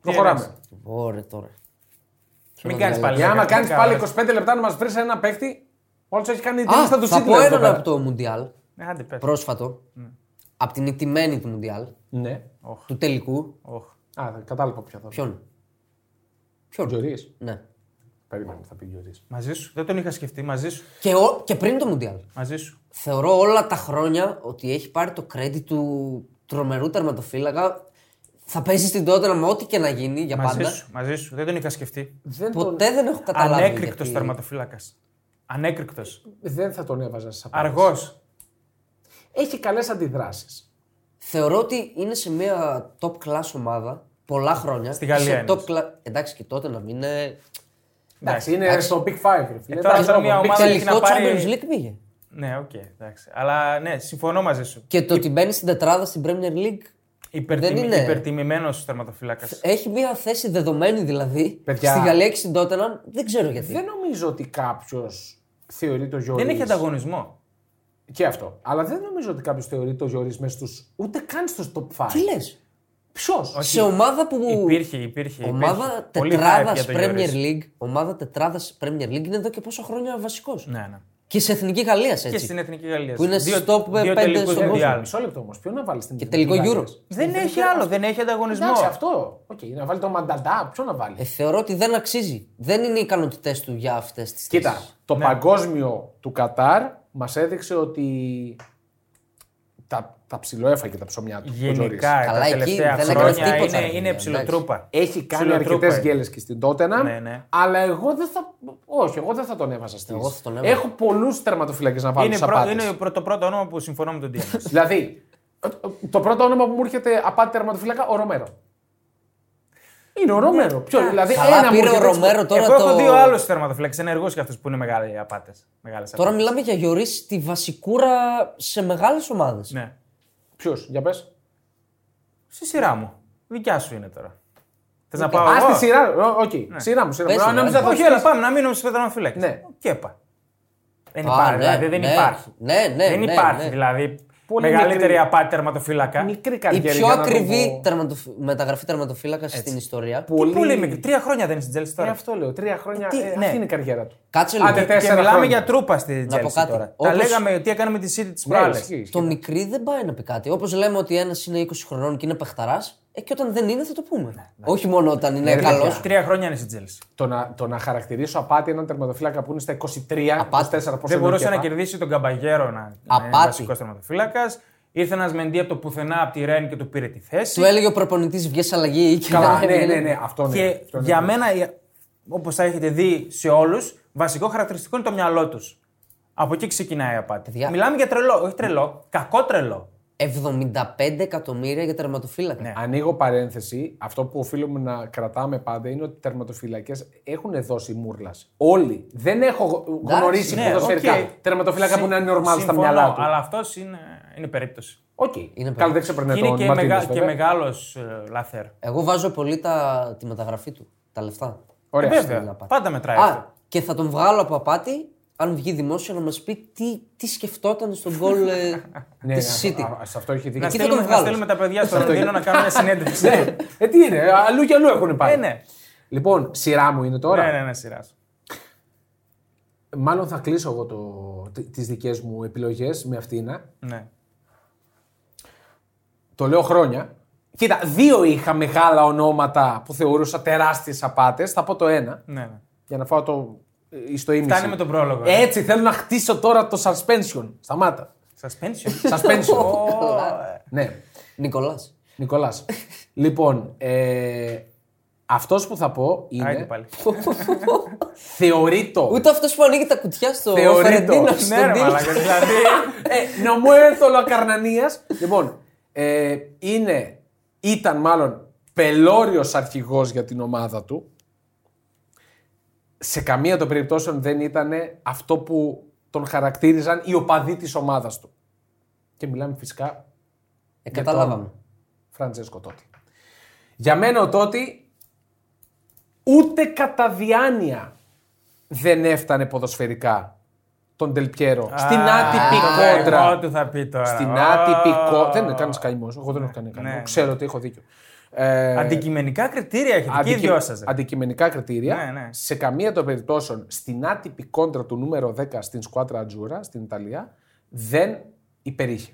[SPEAKER 2] Προχωράμε.
[SPEAKER 1] εννοείς?
[SPEAKER 3] Ωραία τώρα.
[SPEAKER 1] Μην κάνει πάλι.
[SPEAKER 2] Για άμα
[SPEAKER 1] δέκα,
[SPEAKER 2] κάνει
[SPEAKER 1] δέκα,
[SPEAKER 2] πάλι
[SPEAKER 1] δέκα.
[SPEAKER 2] 25 λεπτά να μας βρεις ένα παίχτη, όλος έχει κάνει τη
[SPEAKER 3] Α,
[SPEAKER 2] λίστα του
[SPEAKER 3] θα
[SPEAKER 2] Σίτλερ.
[SPEAKER 3] πω
[SPEAKER 2] εδώ
[SPEAKER 3] έναν
[SPEAKER 2] πέρα.
[SPEAKER 3] από το Μουντιάλ
[SPEAKER 1] Ε, άντε, πες.
[SPEAKER 3] πρόσφατο από την ηττημένη του Μουντιάλ,
[SPEAKER 2] Ναι.
[SPEAKER 3] του τελικού.
[SPEAKER 1] Οχ.
[SPEAKER 2] Α, δεν κατάλαβα ποιο θα πει.
[SPEAKER 3] Ποιον. Ποιον.
[SPEAKER 2] Γιωρίς.
[SPEAKER 3] Ναι.
[SPEAKER 2] Περίμενε, θα πει Γιωρίς.
[SPEAKER 1] Μαζί σου. Δεν τον είχα σκεφτεί. Μαζί σου.
[SPEAKER 3] Και, ο- και πριν το Μουντιάλ.
[SPEAKER 1] Μαζί σου.
[SPEAKER 3] Θεωρώ όλα τα χρόνια ότι έχει πάρει το credit του τρομερού τερματοφύλακα. Θα παίζεις στην τότε με ό,τι και να γίνει για
[SPEAKER 1] Μαζί
[SPEAKER 3] πάντα.
[SPEAKER 1] σου. Μαζί σου. Δεν τον είχα σκεφτεί.
[SPEAKER 2] Ε, Δεν, τον...
[SPEAKER 3] Ποτέ δεν έχω καταλάβει.
[SPEAKER 1] Ανέκρηκτο
[SPEAKER 3] γιατί-
[SPEAKER 1] τερματοφύλακα. Ανέκρηκτο.
[SPEAKER 2] δεν θα τον έβαζα σε απάντηση.
[SPEAKER 1] Αργός.
[SPEAKER 2] Έχει καλές αντιδράσεις.
[SPEAKER 3] Θεωρώ ότι είναι σε μια top class ομάδα πολλά χρόνια.
[SPEAKER 1] Στη Γαλλία
[SPEAKER 3] Σε
[SPEAKER 1] είναι.
[SPEAKER 3] top class... Εντάξει, και τότε να μην είναι.
[SPEAKER 2] Εντάξει, είναι στο Big Five. ρε φίλε.
[SPEAKER 1] Ε, τώρα
[SPEAKER 2] Εντάξει,
[SPEAKER 1] όταν μια
[SPEAKER 2] Big
[SPEAKER 1] ομάδα-
[SPEAKER 2] Six.
[SPEAKER 1] έχει να
[SPEAKER 3] Τελικό
[SPEAKER 1] πάρει-
[SPEAKER 3] Champions League πήγε.
[SPEAKER 1] Ναι, οκ, εντάξει. Αλλά ναι, συμφωνώ μαζί σου.
[SPEAKER 3] Και το ότι μπαίνει στην τετράδα στην Premier League
[SPEAKER 1] Υπερτιμη...
[SPEAKER 3] είναι. Ε,
[SPEAKER 1] Υπερτιμημένο τερματοφύλακα.
[SPEAKER 3] έχει μια θέση δεδομένη δηλαδή.
[SPEAKER 2] Παιδιά.
[SPEAKER 3] Στη Γαλλία και στην Tottenham δεν ξέρω γιατί.
[SPEAKER 2] Δεν νομίζω ότι κάποιος θεωρεί το Γιωρί.
[SPEAKER 1] Δεν έχει ανταγωνισμό.
[SPEAKER 2] Και αυτό. Αλλά δεν νομίζω ότι κάποιος θεωρεί το Γιωρί μέσα στους. ούτε καν στους top 5.
[SPEAKER 3] Τι λες.
[SPEAKER 2] Ποιος.
[SPEAKER 3] Σε ομάδα που.
[SPEAKER 1] Υπήρχε, υπήρχε. υπήρχε.
[SPEAKER 3] Ομάδα
[SPEAKER 1] Ε, Πολύ hype
[SPEAKER 3] τετράδας
[SPEAKER 1] για τον
[SPEAKER 3] Premier
[SPEAKER 1] Γιώρης.
[SPEAKER 3] League. Ομάδα τετράδας Premier League είναι εδώ και πόσα χρόνια βασικός.
[SPEAKER 1] Ναι, ναι.
[SPEAKER 3] Και σε εθνική Γαλλίας έτσι.
[SPEAKER 1] Και στην Εθνική Γαλλίας.
[SPEAKER 3] Που είναι
[SPEAKER 1] Δύο-
[SPEAKER 3] στο top
[SPEAKER 1] δύο
[SPEAKER 3] πέντε
[SPEAKER 1] τελικούς
[SPEAKER 3] στον
[SPEAKER 1] Mundial.
[SPEAKER 2] Μισό- Μισό λεπτό όμως. Ποιο να βάλει στην Και
[SPEAKER 3] τελικό Euro.
[SPEAKER 1] Δεν έχει άλλο, δεν έχει ανταγωνισμό.
[SPEAKER 2] Εντάξει, αυτό. Οκ, να βάλει το Μανταντά, ποιο να βάλει.
[SPEAKER 3] Ε, θεωρώ ότι δεν αξίζει. Δεν είναι οι ικανότητές του για αυτές τις
[SPEAKER 2] Κοίτα, το
[SPEAKER 3] Ναι.
[SPEAKER 2] παγκόσμιο του Κατάρ μας έδειξε ότι τα, τα ψηλοέφαγε τα ψωμιά του. ο
[SPEAKER 1] Γενικά
[SPEAKER 2] Τζορί.
[SPEAKER 1] τα
[SPEAKER 3] Καλά, εκεί
[SPEAKER 1] τελευταία
[SPEAKER 3] δεν έκανε
[SPEAKER 1] χρόνια
[SPEAKER 3] τίποτα,
[SPEAKER 1] είναι,
[SPEAKER 3] ρε,
[SPEAKER 1] είναι
[SPEAKER 3] εντάξει.
[SPEAKER 1] ψηλοτρούπα.
[SPEAKER 2] Έχει κάνει
[SPEAKER 1] Ψιλοτρούπα
[SPEAKER 2] αρκετές
[SPEAKER 1] είναι.
[SPEAKER 2] γέλες και στην Τότενα.
[SPEAKER 1] Ναι, ναι.
[SPEAKER 2] Αλλά εγώ δεν θα. Όχι, εγώ δεν θα τον έβαζα στην.
[SPEAKER 3] Εγώ θα τον έβαζα.
[SPEAKER 2] Έχω πολλούς τερματοφυλακές να βάλω
[SPEAKER 1] Είναι,
[SPEAKER 2] στις
[SPEAKER 1] πρω-
[SPEAKER 2] απάτες.
[SPEAKER 1] είναι πρω- το πρώτο όνομα που συμφωνώ με τον Τίμιο.
[SPEAKER 2] Δηλαδή, το πρώτο όνομα που μου έρχεται απάτη τερματοφύλακα, ο Ρομέρο. Είναι ο Ρομέρο. Ποιο, δηλαδή,
[SPEAKER 3] Ναι. Καλά,
[SPEAKER 2] ένα μου
[SPEAKER 3] πήρε ο
[SPEAKER 2] έρχεται έτσι.
[SPEAKER 3] Ρομέρο τώρα.
[SPEAKER 1] Εγώ έχω
[SPEAKER 3] το...
[SPEAKER 1] δύο άλλους θερματοφλέξ, ενεργού και αυτού που είναι μεγάλοι απάτε.
[SPEAKER 3] Τώρα μιλάμε για Γιωρίς τη βασικούρα σε μεγάλες ομάδες.
[SPEAKER 1] Ναι.
[SPEAKER 2] Ποιος, για πες.
[SPEAKER 1] Στη σειρά μου. Δικιά σου είναι τώρα. Θες να πάω.
[SPEAKER 2] Α,
[SPEAKER 1] εγώ?
[SPEAKER 2] στη σειρά. Οκ, σειρά μου. Σειρά μου.
[SPEAKER 3] Πες,
[SPEAKER 2] Α,
[SPEAKER 3] ναι.
[SPEAKER 2] νόμιζα θα
[SPEAKER 1] Όχι, αλλά πάμε να μείνουμε στους τερματοφύλακε.
[SPEAKER 2] Ναι.
[SPEAKER 1] Κέπα. Δεν υπάρχει. Δηλαδή δεν υπάρχει.
[SPEAKER 3] Ναι, ναι,
[SPEAKER 1] Δεν
[SPEAKER 3] ναι,
[SPEAKER 1] υπάρχει.
[SPEAKER 3] ναι.
[SPEAKER 1] Δηλαδή
[SPEAKER 2] Πολύ
[SPEAKER 1] μεγαλύτερη
[SPEAKER 2] μικρή.
[SPEAKER 1] απάτη τερματοφύλακα.
[SPEAKER 2] Μικρή
[SPEAKER 3] Η
[SPEAKER 2] καριέρα.
[SPEAKER 3] πιο
[SPEAKER 2] για να το
[SPEAKER 3] ακριβή
[SPEAKER 2] πω.
[SPEAKER 3] τερματοφυ- μεταγραφή τερματοφύλακα στην ιστορία.
[SPEAKER 1] Τι Πολύ μικρή. Τρία χρόνια δεν είναι στην Τζέλση
[SPEAKER 2] Ε,
[SPEAKER 1] τώρα.
[SPEAKER 2] αυτό λέω. Τρία χρόνια.
[SPEAKER 1] Τι,
[SPEAKER 2] ε,
[SPEAKER 1] ναι.
[SPEAKER 2] Αυτή είναι η καριέρα του.
[SPEAKER 3] Κάτσε
[SPEAKER 2] Άντε,
[SPEAKER 3] λίγο.
[SPEAKER 2] τέσσερα.
[SPEAKER 1] Και μιλάμε
[SPEAKER 2] χρόνια.
[SPEAKER 1] για τρούπα στη
[SPEAKER 3] πω
[SPEAKER 1] Τζέλση
[SPEAKER 3] κάτι.
[SPEAKER 1] τώρα. Τα
[SPEAKER 3] Όπως-
[SPEAKER 1] λέγαμε τι έκανε με τη City της
[SPEAKER 2] Ναι,
[SPEAKER 1] προάλλε.
[SPEAKER 2] ισχύει, ισχύει.
[SPEAKER 3] Το μικρή δεν πάει να πει κάτι. Όπως λέμε ότι ένας είναι 20 χρονών και είναι παιχταράς, ε, και όταν δεν είναι θα το
[SPEAKER 1] Ναι,
[SPEAKER 3] πούμε. Όχι μόνο όταν είναι καλό.
[SPEAKER 1] Τρία χρόνια είναι στην Τζέλση.
[SPEAKER 2] Το να, το να χαρακτηρίσω απάτη έναν τερματοφύλακα που είναι στα 23, 24 πόσο
[SPEAKER 1] Δεν μπορούσε
[SPEAKER 2] είναι
[SPEAKER 1] να
[SPEAKER 2] ο Κέπα.
[SPEAKER 1] κερδίσει τον Καμπαγέρο να είναι
[SPEAKER 3] Απάτη.
[SPEAKER 1] βασικός τερματοφύλακας. Ήρθε ένας Μεντί από το πουθενά από τη Ρεν και του πήρε τη θέση.
[SPEAKER 3] Του έλεγε ο προπονητής βγει αλλαγή ή και
[SPEAKER 2] Καλά,
[SPEAKER 3] δεν
[SPEAKER 2] ναι,
[SPEAKER 3] έβγαινε.
[SPEAKER 2] ναι, ναι, αυτό ναι.
[SPEAKER 1] Και
[SPEAKER 2] αυτό ναι.
[SPEAKER 1] για μένα, όπως θα έχετε δει σε όλους, βασικό χαρακτηριστικό είναι το μυαλό τους. Από εκεί ξεκινάει η απάτη.
[SPEAKER 3] Παιδιά.
[SPEAKER 1] Μιλάμε για τρελό, όχι τρελό, κακό τρελό.
[SPEAKER 3] 75 εκατομμύρια για τερματοφύλακα.
[SPEAKER 1] Ναι.
[SPEAKER 2] Ανοίγω παρένθεση. Αυτό που οφείλουμε να κρατάμε πάντα είναι ότι οι τερματοφυλακέ έχουν δώσει μούρλας. Όλοι. Δεν έχω γο-
[SPEAKER 3] Εντάξει,
[SPEAKER 2] γνωρίσει
[SPEAKER 1] ναι,
[SPEAKER 2] ποδοσφαιρικά
[SPEAKER 1] οκ.
[SPEAKER 2] τερματοφύλακα που να είναι normal στα
[SPEAKER 1] Συμφωνώ,
[SPEAKER 2] μυαλά του.
[SPEAKER 1] Αλλά αυτός είναι, είναι περίπτωση.
[SPEAKER 2] Οκ.
[SPEAKER 3] Είναι
[SPEAKER 2] Καλά,
[SPEAKER 3] παιδί.
[SPEAKER 2] δεν ξεπερνάει
[SPEAKER 1] Και είναι
[SPEAKER 2] τον
[SPEAKER 1] και,
[SPEAKER 2] Μαρτίνες,
[SPEAKER 1] μεγα, και
[SPEAKER 2] βέβαια.
[SPEAKER 1] μεγάλος λαθέρ.
[SPEAKER 3] Εγώ βάζω πολύ τα, τη μεταγραφή του. Τα λεφτά.
[SPEAKER 2] Ωραία.
[SPEAKER 1] Ε, Βέβαια.
[SPEAKER 3] απάτη.
[SPEAKER 1] Πάντα μετράει
[SPEAKER 3] Α,
[SPEAKER 1] αυτό.
[SPEAKER 3] και θα τον βγάλω από απάτη αν βγει δημόσια να μας πει τι, τι σκεφτόταν στον γκολ ε,
[SPEAKER 2] Ναι,
[SPEAKER 3] της
[SPEAKER 2] ναι,
[SPEAKER 3] City.
[SPEAKER 2] α- α- σε αυτό έχει
[SPEAKER 1] Να
[SPEAKER 2] δίκιο.
[SPEAKER 3] Εκεί θα
[SPEAKER 1] στείλουμε,
[SPEAKER 3] τον
[SPEAKER 1] να
[SPEAKER 3] βγάλω.
[SPEAKER 1] στείλουμε τα παιδιά στο Λονδίνο να κάνουν μια συνέντευξη.
[SPEAKER 2] Ναι. Ε, τι είναι, αλλού και αλλού έχουν πάει.
[SPEAKER 1] Ε, ναι.
[SPEAKER 2] Λοιπόν, σειρά μου είναι τώρα.
[SPEAKER 1] Ναι, ναι, ναι, σειρά σου.
[SPEAKER 2] Μάλλον θα κλείσω εγώ το, τις δικές μου επιλογές με αυτήν.
[SPEAKER 1] Ναι.
[SPEAKER 2] Το λέω χρόνια. Κοίτα, δύο είχα μεγάλα ονόματα που θεωρούσα τεράστιες απάτες. Θα πω το ένα,
[SPEAKER 1] ναι, ναι.
[SPEAKER 2] για να φάω το ε, στο ίμιση.
[SPEAKER 1] Φτάνει με τον πρόλογο. ε.
[SPEAKER 2] Έτσι, θέλω να χτίσω τώρα το suspension. Σταμάτα.
[SPEAKER 1] Suspension. ε.
[SPEAKER 2] Suspension. ναι,
[SPEAKER 3] Νικολάς.
[SPEAKER 2] Νικολάς. λοιπόν, ε, αυτός που θα πω
[SPEAKER 1] Άιντε
[SPEAKER 2] είναι...
[SPEAKER 1] πάλι.
[SPEAKER 2] Θεωρεί το...
[SPEAKER 3] Ούτε αυτός που ανοίγει τα κουτιά στο
[SPEAKER 2] Θεωρεί το.
[SPEAKER 3] Φερεντίνο.
[SPEAKER 2] Ναι,
[SPEAKER 1] Ναι, ρε μαλάκα, δηλαδή.
[SPEAKER 2] ε, να μου έρθω λακαρνανία. λοιπόν, ε, είναι, ήταν μάλλον πελώριος αρχηγός για την ομάδα του. Σε καμία των περιπτώσεων δεν ήταν αυτό που τον χαρακτήριζαν οι οπαδοί της ομάδας του. Και μιλάμε φυσικά
[SPEAKER 3] Ε, καταλάβαμε.
[SPEAKER 2] Φραντζέσκο Τότι. Για μένα ο Τότι ούτε κατά διάνοια δεν έφτανε ποδοσφαιρικά τον Τελπιέρο στην άτυπη
[SPEAKER 1] Α, Εγώ
[SPEAKER 2] κόντρα.
[SPEAKER 1] του θα πει τώρα.
[SPEAKER 2] Στην
[SPEAKER 1] Ω,
[SPEAKER 2] άτυπη κόντρα. Δεν είναι κανένα καημός. Εγώ δεν έχω κάνει καημό.
[SPEAKER 1] ναι.
[SPEAKER 2] Ξέρω ότι έχω δίκιο. Ε,
[SPEAKER 1] Αντικειμενικά κριτήρια έχετε και οι
[SPEAKER 2] αντικει-
[SPEAKER 1] δυο σας, ρε.
[SPEAKER 2] Αντικειμενικά κριτήρια.
[SPEAKER 1] Ναι, ναι.
[SPEAKER 2] Σε καμία των περιπτώσεων στην άτυπη κόντρα του νούμερο 10 στην Σκουάτρα Ατζούρα στην Ιταλία δεν υπερήχε.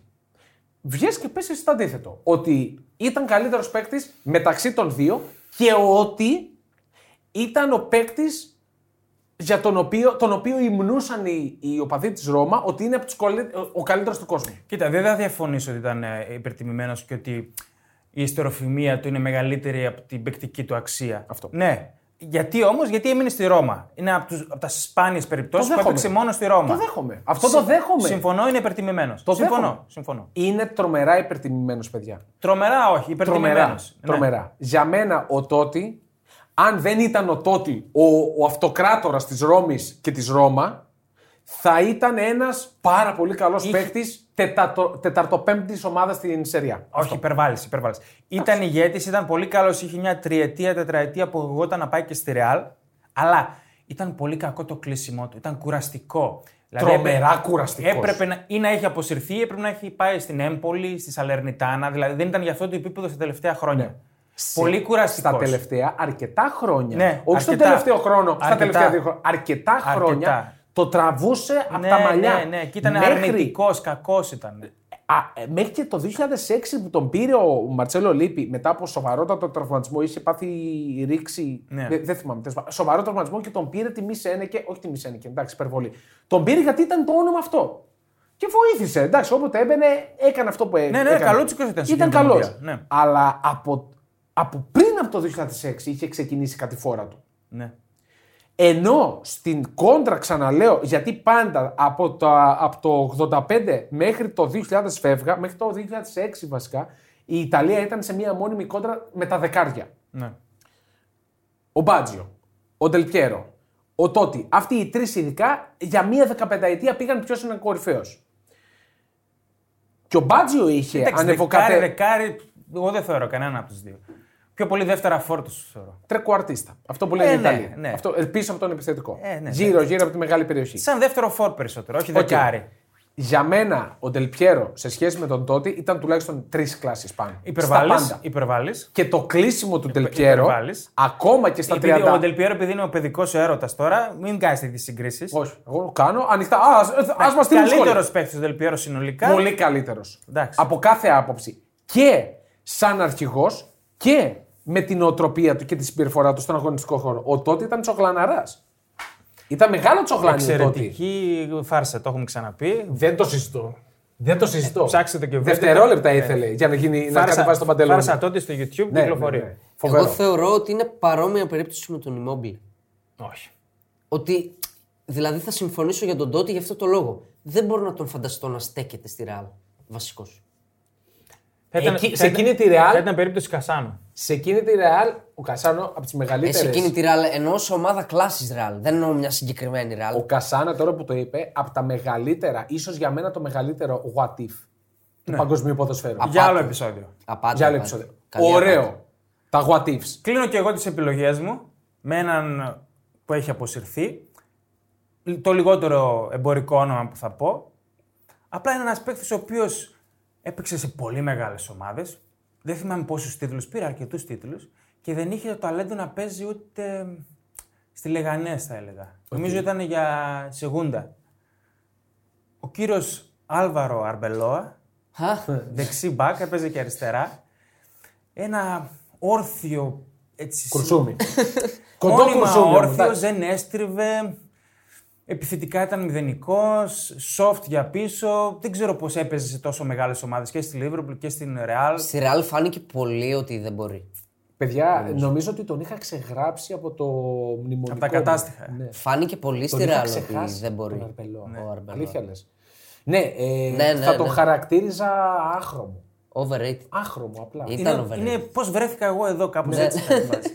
[SPEAKER 2] βγες και πες εσύ το αντίθετο. Ότι ήταν καλύτερος παίκτης μεταξύ των δύο και ότι ήταν ο παίκτης για τον οποίο, τον οποίο υμνούσαν οι, οι οπαδοί της Ρώμα ότι είναι από τους κολε- ο καλύτερος του κόσμου.
[SPEAKER 1] Κοίτα, δεν θα διαφωνήσω ότι ήταν υπερτιμημένος και ότι η ιστεροφημία του είναι μεγαλύτερη από την παικτική του αξία.
[SPEAKER 2] Αυτό.
[SPEAKER 1] Ναι. Γιατί όμως, γιατί έμεινε στη Ρώμα. Είναι από, τους, από τα σπάνιες περιπτώσεις που
[SPEAKER 2] δέχομαι.
[SPEAKER 1] έπαιξε μόνος στη Ρώμα.
[SPEAKER 2] Το δέχομαι. Αυτό το δέχομαι.
[SPEAKER 1] Συμφωνώ, είναι υπερτιμημένος. Το συμφωνώ,
[SPEAKER 2] δέχομαι.
[SPEAKER 1] συμφωνώ.
[SPEAKER 2] Είναι τρομερά υπερτιμημένος, παιδιά.
[SPEAKER 1] Τρομερά, όχι, Ναι. υπερτιμημένος.
[SPEAKER 2] Τρομερά. Τρομερά. Για μένα ο Τότι, αν δεν ήταν ο Τότι ο, ο αυτοκράτορας της Ρώμης και της Ρώμα, θα ήταν ένας πάρα πολύ καλός Είχε... παίκτης τετατο- τεταρτοπέμπτης ομάδας στην Σεριά.
[SPEAKER 1] Όχι, υπερβάλλεις, υπερβάλλεις. Ήταν ηγέτης, ήταν πολύ καλός. Είχε μια τριετία, τετραετία που γεγόταν να πάει και στη Ρεάλ. Αλλά ήταν πολύ κακό το κλείσιμό του. Ήταν κουραστικό. Δηλαδή,
[SPEAKER 2] Τρομερά
[SPEAKER 1] έπρεπε-
[SPEAKER 2] κουραστικός.
[SPEAKER 1] Έπρεπε να, ή να έχει αποσυρθεί, ή έπρεπε να έχει πάει στην Έμπολη, στη Σαλερνιτάνα. Δηλαδή δεν ήταν για αυτό το επίπεδο στα τελευταία χρόνια. Πολύ κουραστικό.
[SPEAKER 2] Ναι. Στα τελευταία αρκετά χρόνια.
[SPEAKER 1] Ναι,
[SPEAKER 2] Όχι στον
[SPEAKER 1] αρκετά.
[SPEAKER 2] τελευταίο χρόνο, στα
[SPEAKER 1] Αρκετά.
[SPEAKER 2] τελευταία δύο χρόνια. Αρκετά,
[SPEAKER 1] Αρκετά.
[SPEAKER 2] χρόνια το τραβούσε από
[SPEAKER 1] ναι,
[SPEAKER 2] τα μαλλιά.
[SPEAKER 1] Ναι, ναι, και ήταν
[SPEAKER 2] Μέχρι-
[SPEAKER 1] αρνητικός, κακός ήταν.
[SPEAKER 2] Α, ε, μέχρι και το 2006 που τον πήρε ο Μαρτσέλο Λίπη μετά από σοβαρότατο τραυματισμό, είχε πάθει ρήξη.
[SPEAKER 1] Ναι.
[SPEAKER 2] δε- δεν θυμάμαι. τέλος πάντων. Σοβαρό τραυματισμό και τον πήρε τη Μισένεκε. Όχι τη Μισένεκε, εντάξει, υπερβολή. Τον πήρε γιατί ήταν το όνομα αυτό. Και βοήθησε. Εντάξει, όποτε έμπαινε, έκανε αυτό που έ-
[SPEAKER 1] Ναι, ναι,
[SPEAKER 2] έκανε.
[SPEAKER 1] καλούτσικος ήταν στην
[SPEAKER 2] Ήταν
[SPEAKER 1] Κολομβία,
[SPEAKER 2] καλό.
[SPEAKER 1] ναι.
[SPEAKER 2] Αλλά από, από πριν από το 2006 είχε ξεκινήσει κάτι φόρα του.
[SPEAKER 1] Ναι.
[SPEAKER 2] Ενώ στην κόντρα, ξαναλέω, γιατί πάντα από το, από το 85 μέχρι το 2000 φεύγα, μέχρι το 2006 βασικά, η Ιταλία ήταν σε μία μόνιμη κόντρα με τα δεκάρια.
[SPEAKER 1] ναι.
[SPEAKER 2] Ο Μπάτζιο, ο Ντελπιέρο, ο Τότι. Αυτοί οι τρεις ειδικά για μία δεκαπενταετία πήγαν ποιο είναι κορυφαίος. Και ο Μπάτζιο είχε
[SPEAKER 1] Εντάξει,
[SPEAKER 2] ανεβοκατε...
[SPEAKER 1] δεκάρι, δεκάρι, εγώ δεν θεωρώ κανένα από τους δύο. Πιο πολύ δεύτερα φόρτου θεωρώ.
[SPEAKER 2] τρεκουαρτίστα. Αυτό που λένε
[SPEAKER 1] Ε,
[SPEAKER 2] οι
[SPEAKER 1] ναι,
[SPEAKER 2] Ιταλοί.
[SPEAKER 1] ναι.
[SPEAKER 2] Αυτό, ε, πίσω από τον επιθετικό.
[SPEAKER 1] Ε, ναι, ναι.
[SPEAKER 2] γύρω, γύρω από τη μεγάλη περιοχή.
[SPEAKER 1] Σαν δεύτερο φόρ περισσότερο, όχι
[SPEAKER 2] Οκ.
[SPEAKER 1] δεκάρι.
[SPEAKER 2] Για μένα ο Ντελπιέρο σε σχέση με τον Τότι ήταν τουλάχιστον τρεις κλάσεις πάνω. Στα
[SPEAKER 1] Υπερβάλλεις,
[SPEAKER 2] πάντα.
[SPEAKER 1] υπερβάλλεις.
[SPEAKER 2] Και το κλείσιμο του Ντελπιέρο,
[SPEAKER 1] υπερβάλλεις.
[SPEAKER 2] ακόμα και στα
[SPEAKER 1] Επειδή Ο
[SPEAKER 2] 30.
[SPEAKER 1] Ντελπιέρο, επειδή είναι ο παιδικός σου έρωτας τώρα, μην κάνεις τι συγκρίσεις.
[SPEAKER 2] Όχι, εγώ κάνω ανοιχτά. Α ας-
[SPEAKER 1] Ναι,
[SPEAKER 2] ας μας στείλουν σχόλια.
[SPEAKER 1] Καλύτερος παίκτης ο Ντελπιέρο συνολικά.
[SPEAKER 2] Πολύ καλύτερος.
[SPEAKER 1] Εντάξει.
[SPEAKER 2] Από κάθε άποψη. Και σαν αρχηγός και με την οτροπία του και τη συμπεριφορά του στον αγωνιστικό χώρο. Ο Τότι ήταν τσογλαναρά. Ήταν μεγάλο τσογλάνι ο Τότι.
[SPEAKER 1] Εξαιρετική φάρσα, το έχουμε ξαναπεί.
[SPEAKER 2] Δεν το συζητώ. Δεν το συζητώ.
[SPEAKER 1] ψάξτε το Ε, και βρείτε.
[SPEAKER 2] Δευτερόλεπτα ήθελε για να, γίνει, να κατεβάσει τον παντελόνι.
[SPEAKER 1] φάρσα τότε στο YouTube
[SPEAKER 2] Ναι,
[SPEAKER 1] κυκλοφορεί.
[SPEAKER 2] ναι, ναι.
[SPEAKER 3] Εγώ
[SPEAKER 2] Φοβερό.
[SPEAKER 3] θεωρώ ότι είναι παρόμοια περίπτωση με τον Immobile.
[SPEAKER 1] Όχι.
[SPEAKER 3] Ότι δηλαδή θα συμφωνήσω για τον Τότι για αυτό το λόγο. Δεν μπορώ να τον φανταστώ να στέκεται στη Ρεάλ. Βασικός.
[SPEAKER 1] Θα ήταν-
[SPEAKER 2] Εκεί-
[SPEAKER 1] θα
[SPEAKER 2] σε
[SPEAKER 1] ήταν-
[SPEAKER 2] εκείνη τη Real-
[SPEAKER 1] Θα ήταν περίπτωση Κασάνου.
[SPEAKER 2] Σε εκείνη τη Ρεάλ, ο Κασάνο από τις
[SPEAKER 3] Ε, σε
[SPEAKER 2] μεγαλύτερε.
[SPEAKER 3] εκείνη τη Ρεάλ εννοώ σε ομάδα κλάσης Ρεάλ. Δεν εννοώ μια συγκεκριμένη Ρεάλ.
[SPEAKER 2] Ο Κασάνο τώρα που το είπε, από τα μεγαλύτερα, ίσως για μένα το μεγαλύτερο what if
[SPEAKER 1] Ναι.
[SPEAKER 2] του παγκοσμίου ποδοσφαίρου.
[SPEAKER 3] Α,
[SPEAKER 1] Για άλλο
[SPEAKER 3] Πάτε.
[SPEAKER 1] επεισόδιο.
[SPEAKER 3] Απάτη.
[SPEAKER 2] Για άλλο
[SPEAKER 3] απάτη.
[SPEAKER 2] επεισόδιο.
[SPEAKER 3] Καλή
[SPEAKER 2] Ωραίο.
[SPEAKER 3] απάτη.
[SPEAKER 2] Τα what ifs.
[SPEAKER 1] Κλείνω και εγώ τις επιλογές μου με έναν που έχει αποσυρθεί. Το λιγότερο εμπορικό όνομα που θα πω. Απλά είναι ένας παίκτης ο οποίος έπαιξε σε πολύ μεγάλες ομάδες. Δεν θυμάμαι πόσους τίτλους, πήρε αρκετούς τίτλους και δεν είχε το ταλέντο να παίζει ούτε στη Λεγανές θα έλεγα. Νομίζω ήταν για Σεγούντα. Ο κύριος Άλβαρο Αρμπελόα
[SPEAKER 3] Χα.
[SPEAKER 1] δεξί μπακ, έπαιζε και αριστερά. Ένα όρθιο έτσι.
[SPEAKER 2] Κουρσούμι. Κοντό
[SPEAKER 1] Μόνιμα
[SPEAKER 2] κουρσούμι. όμως,
[SPEAKER 1] όρθιος,
[SPEAKER 2] εντάξει.
[SPEAKER 1] δεν έστριβε. Επιθετικά ήταν μηδενικός, soft για πίσω. Δεν ξέρω πώς έπαιζε σε τόσο μεγάλες ομάδες και στη Λίβερπουλ και στην Ρεάλ.
[SPEAKER 3] Στη Ρεάλ φάνηκε πολύ ότι δεν μπορεί.
[SPEAKER 2] Παιδιά, νομίζω ότι τον είχα ξεγράψει από το μνημονικό.
[SPEAKER 1] Από τα
[SPEAKER 2] μου.
[SPEAKER 1] κατάστοιχα.
[SPEAKER 2] Ναι.
[SPEAKER 3] Φάνηκε πολύ
[SPEAKER 2] Τον
[SPEAKER 3] στη
[SPEAKER 2] είχα
[SPEAKER 3] Ρεάλ ότι
[SPEAKER 2] ξεχάσει. Τον
[SPEAKER 3] δεν μπορεί.
[SPEAKER 2] Αρμπελό.
[SPEAKER 3] Ο Αρμπελό.
[SPEAKER 2] Αλήθεια λες. Ναι, ε,
[SPEAKER 3] Ναι, ναι,
[SPEAKER 2] θα τον
[SPEAKER 3] ναι.
[SPEAKER 2] χαρακτήριζα άχρωμο.
[SPEAKER 3] Overrated.
[SPEAKER 2] Άχρωμο απλά.
[SPEAKER 3] Είναι-
[SPEAKER 1] Είναι,
[SPEAKER 3] Ήταν Ναι. overrated.
[SPEAKER 1] είναι πώς βρέθηκα εγώ εδώ, κάπως έτσι. θα το βάζει.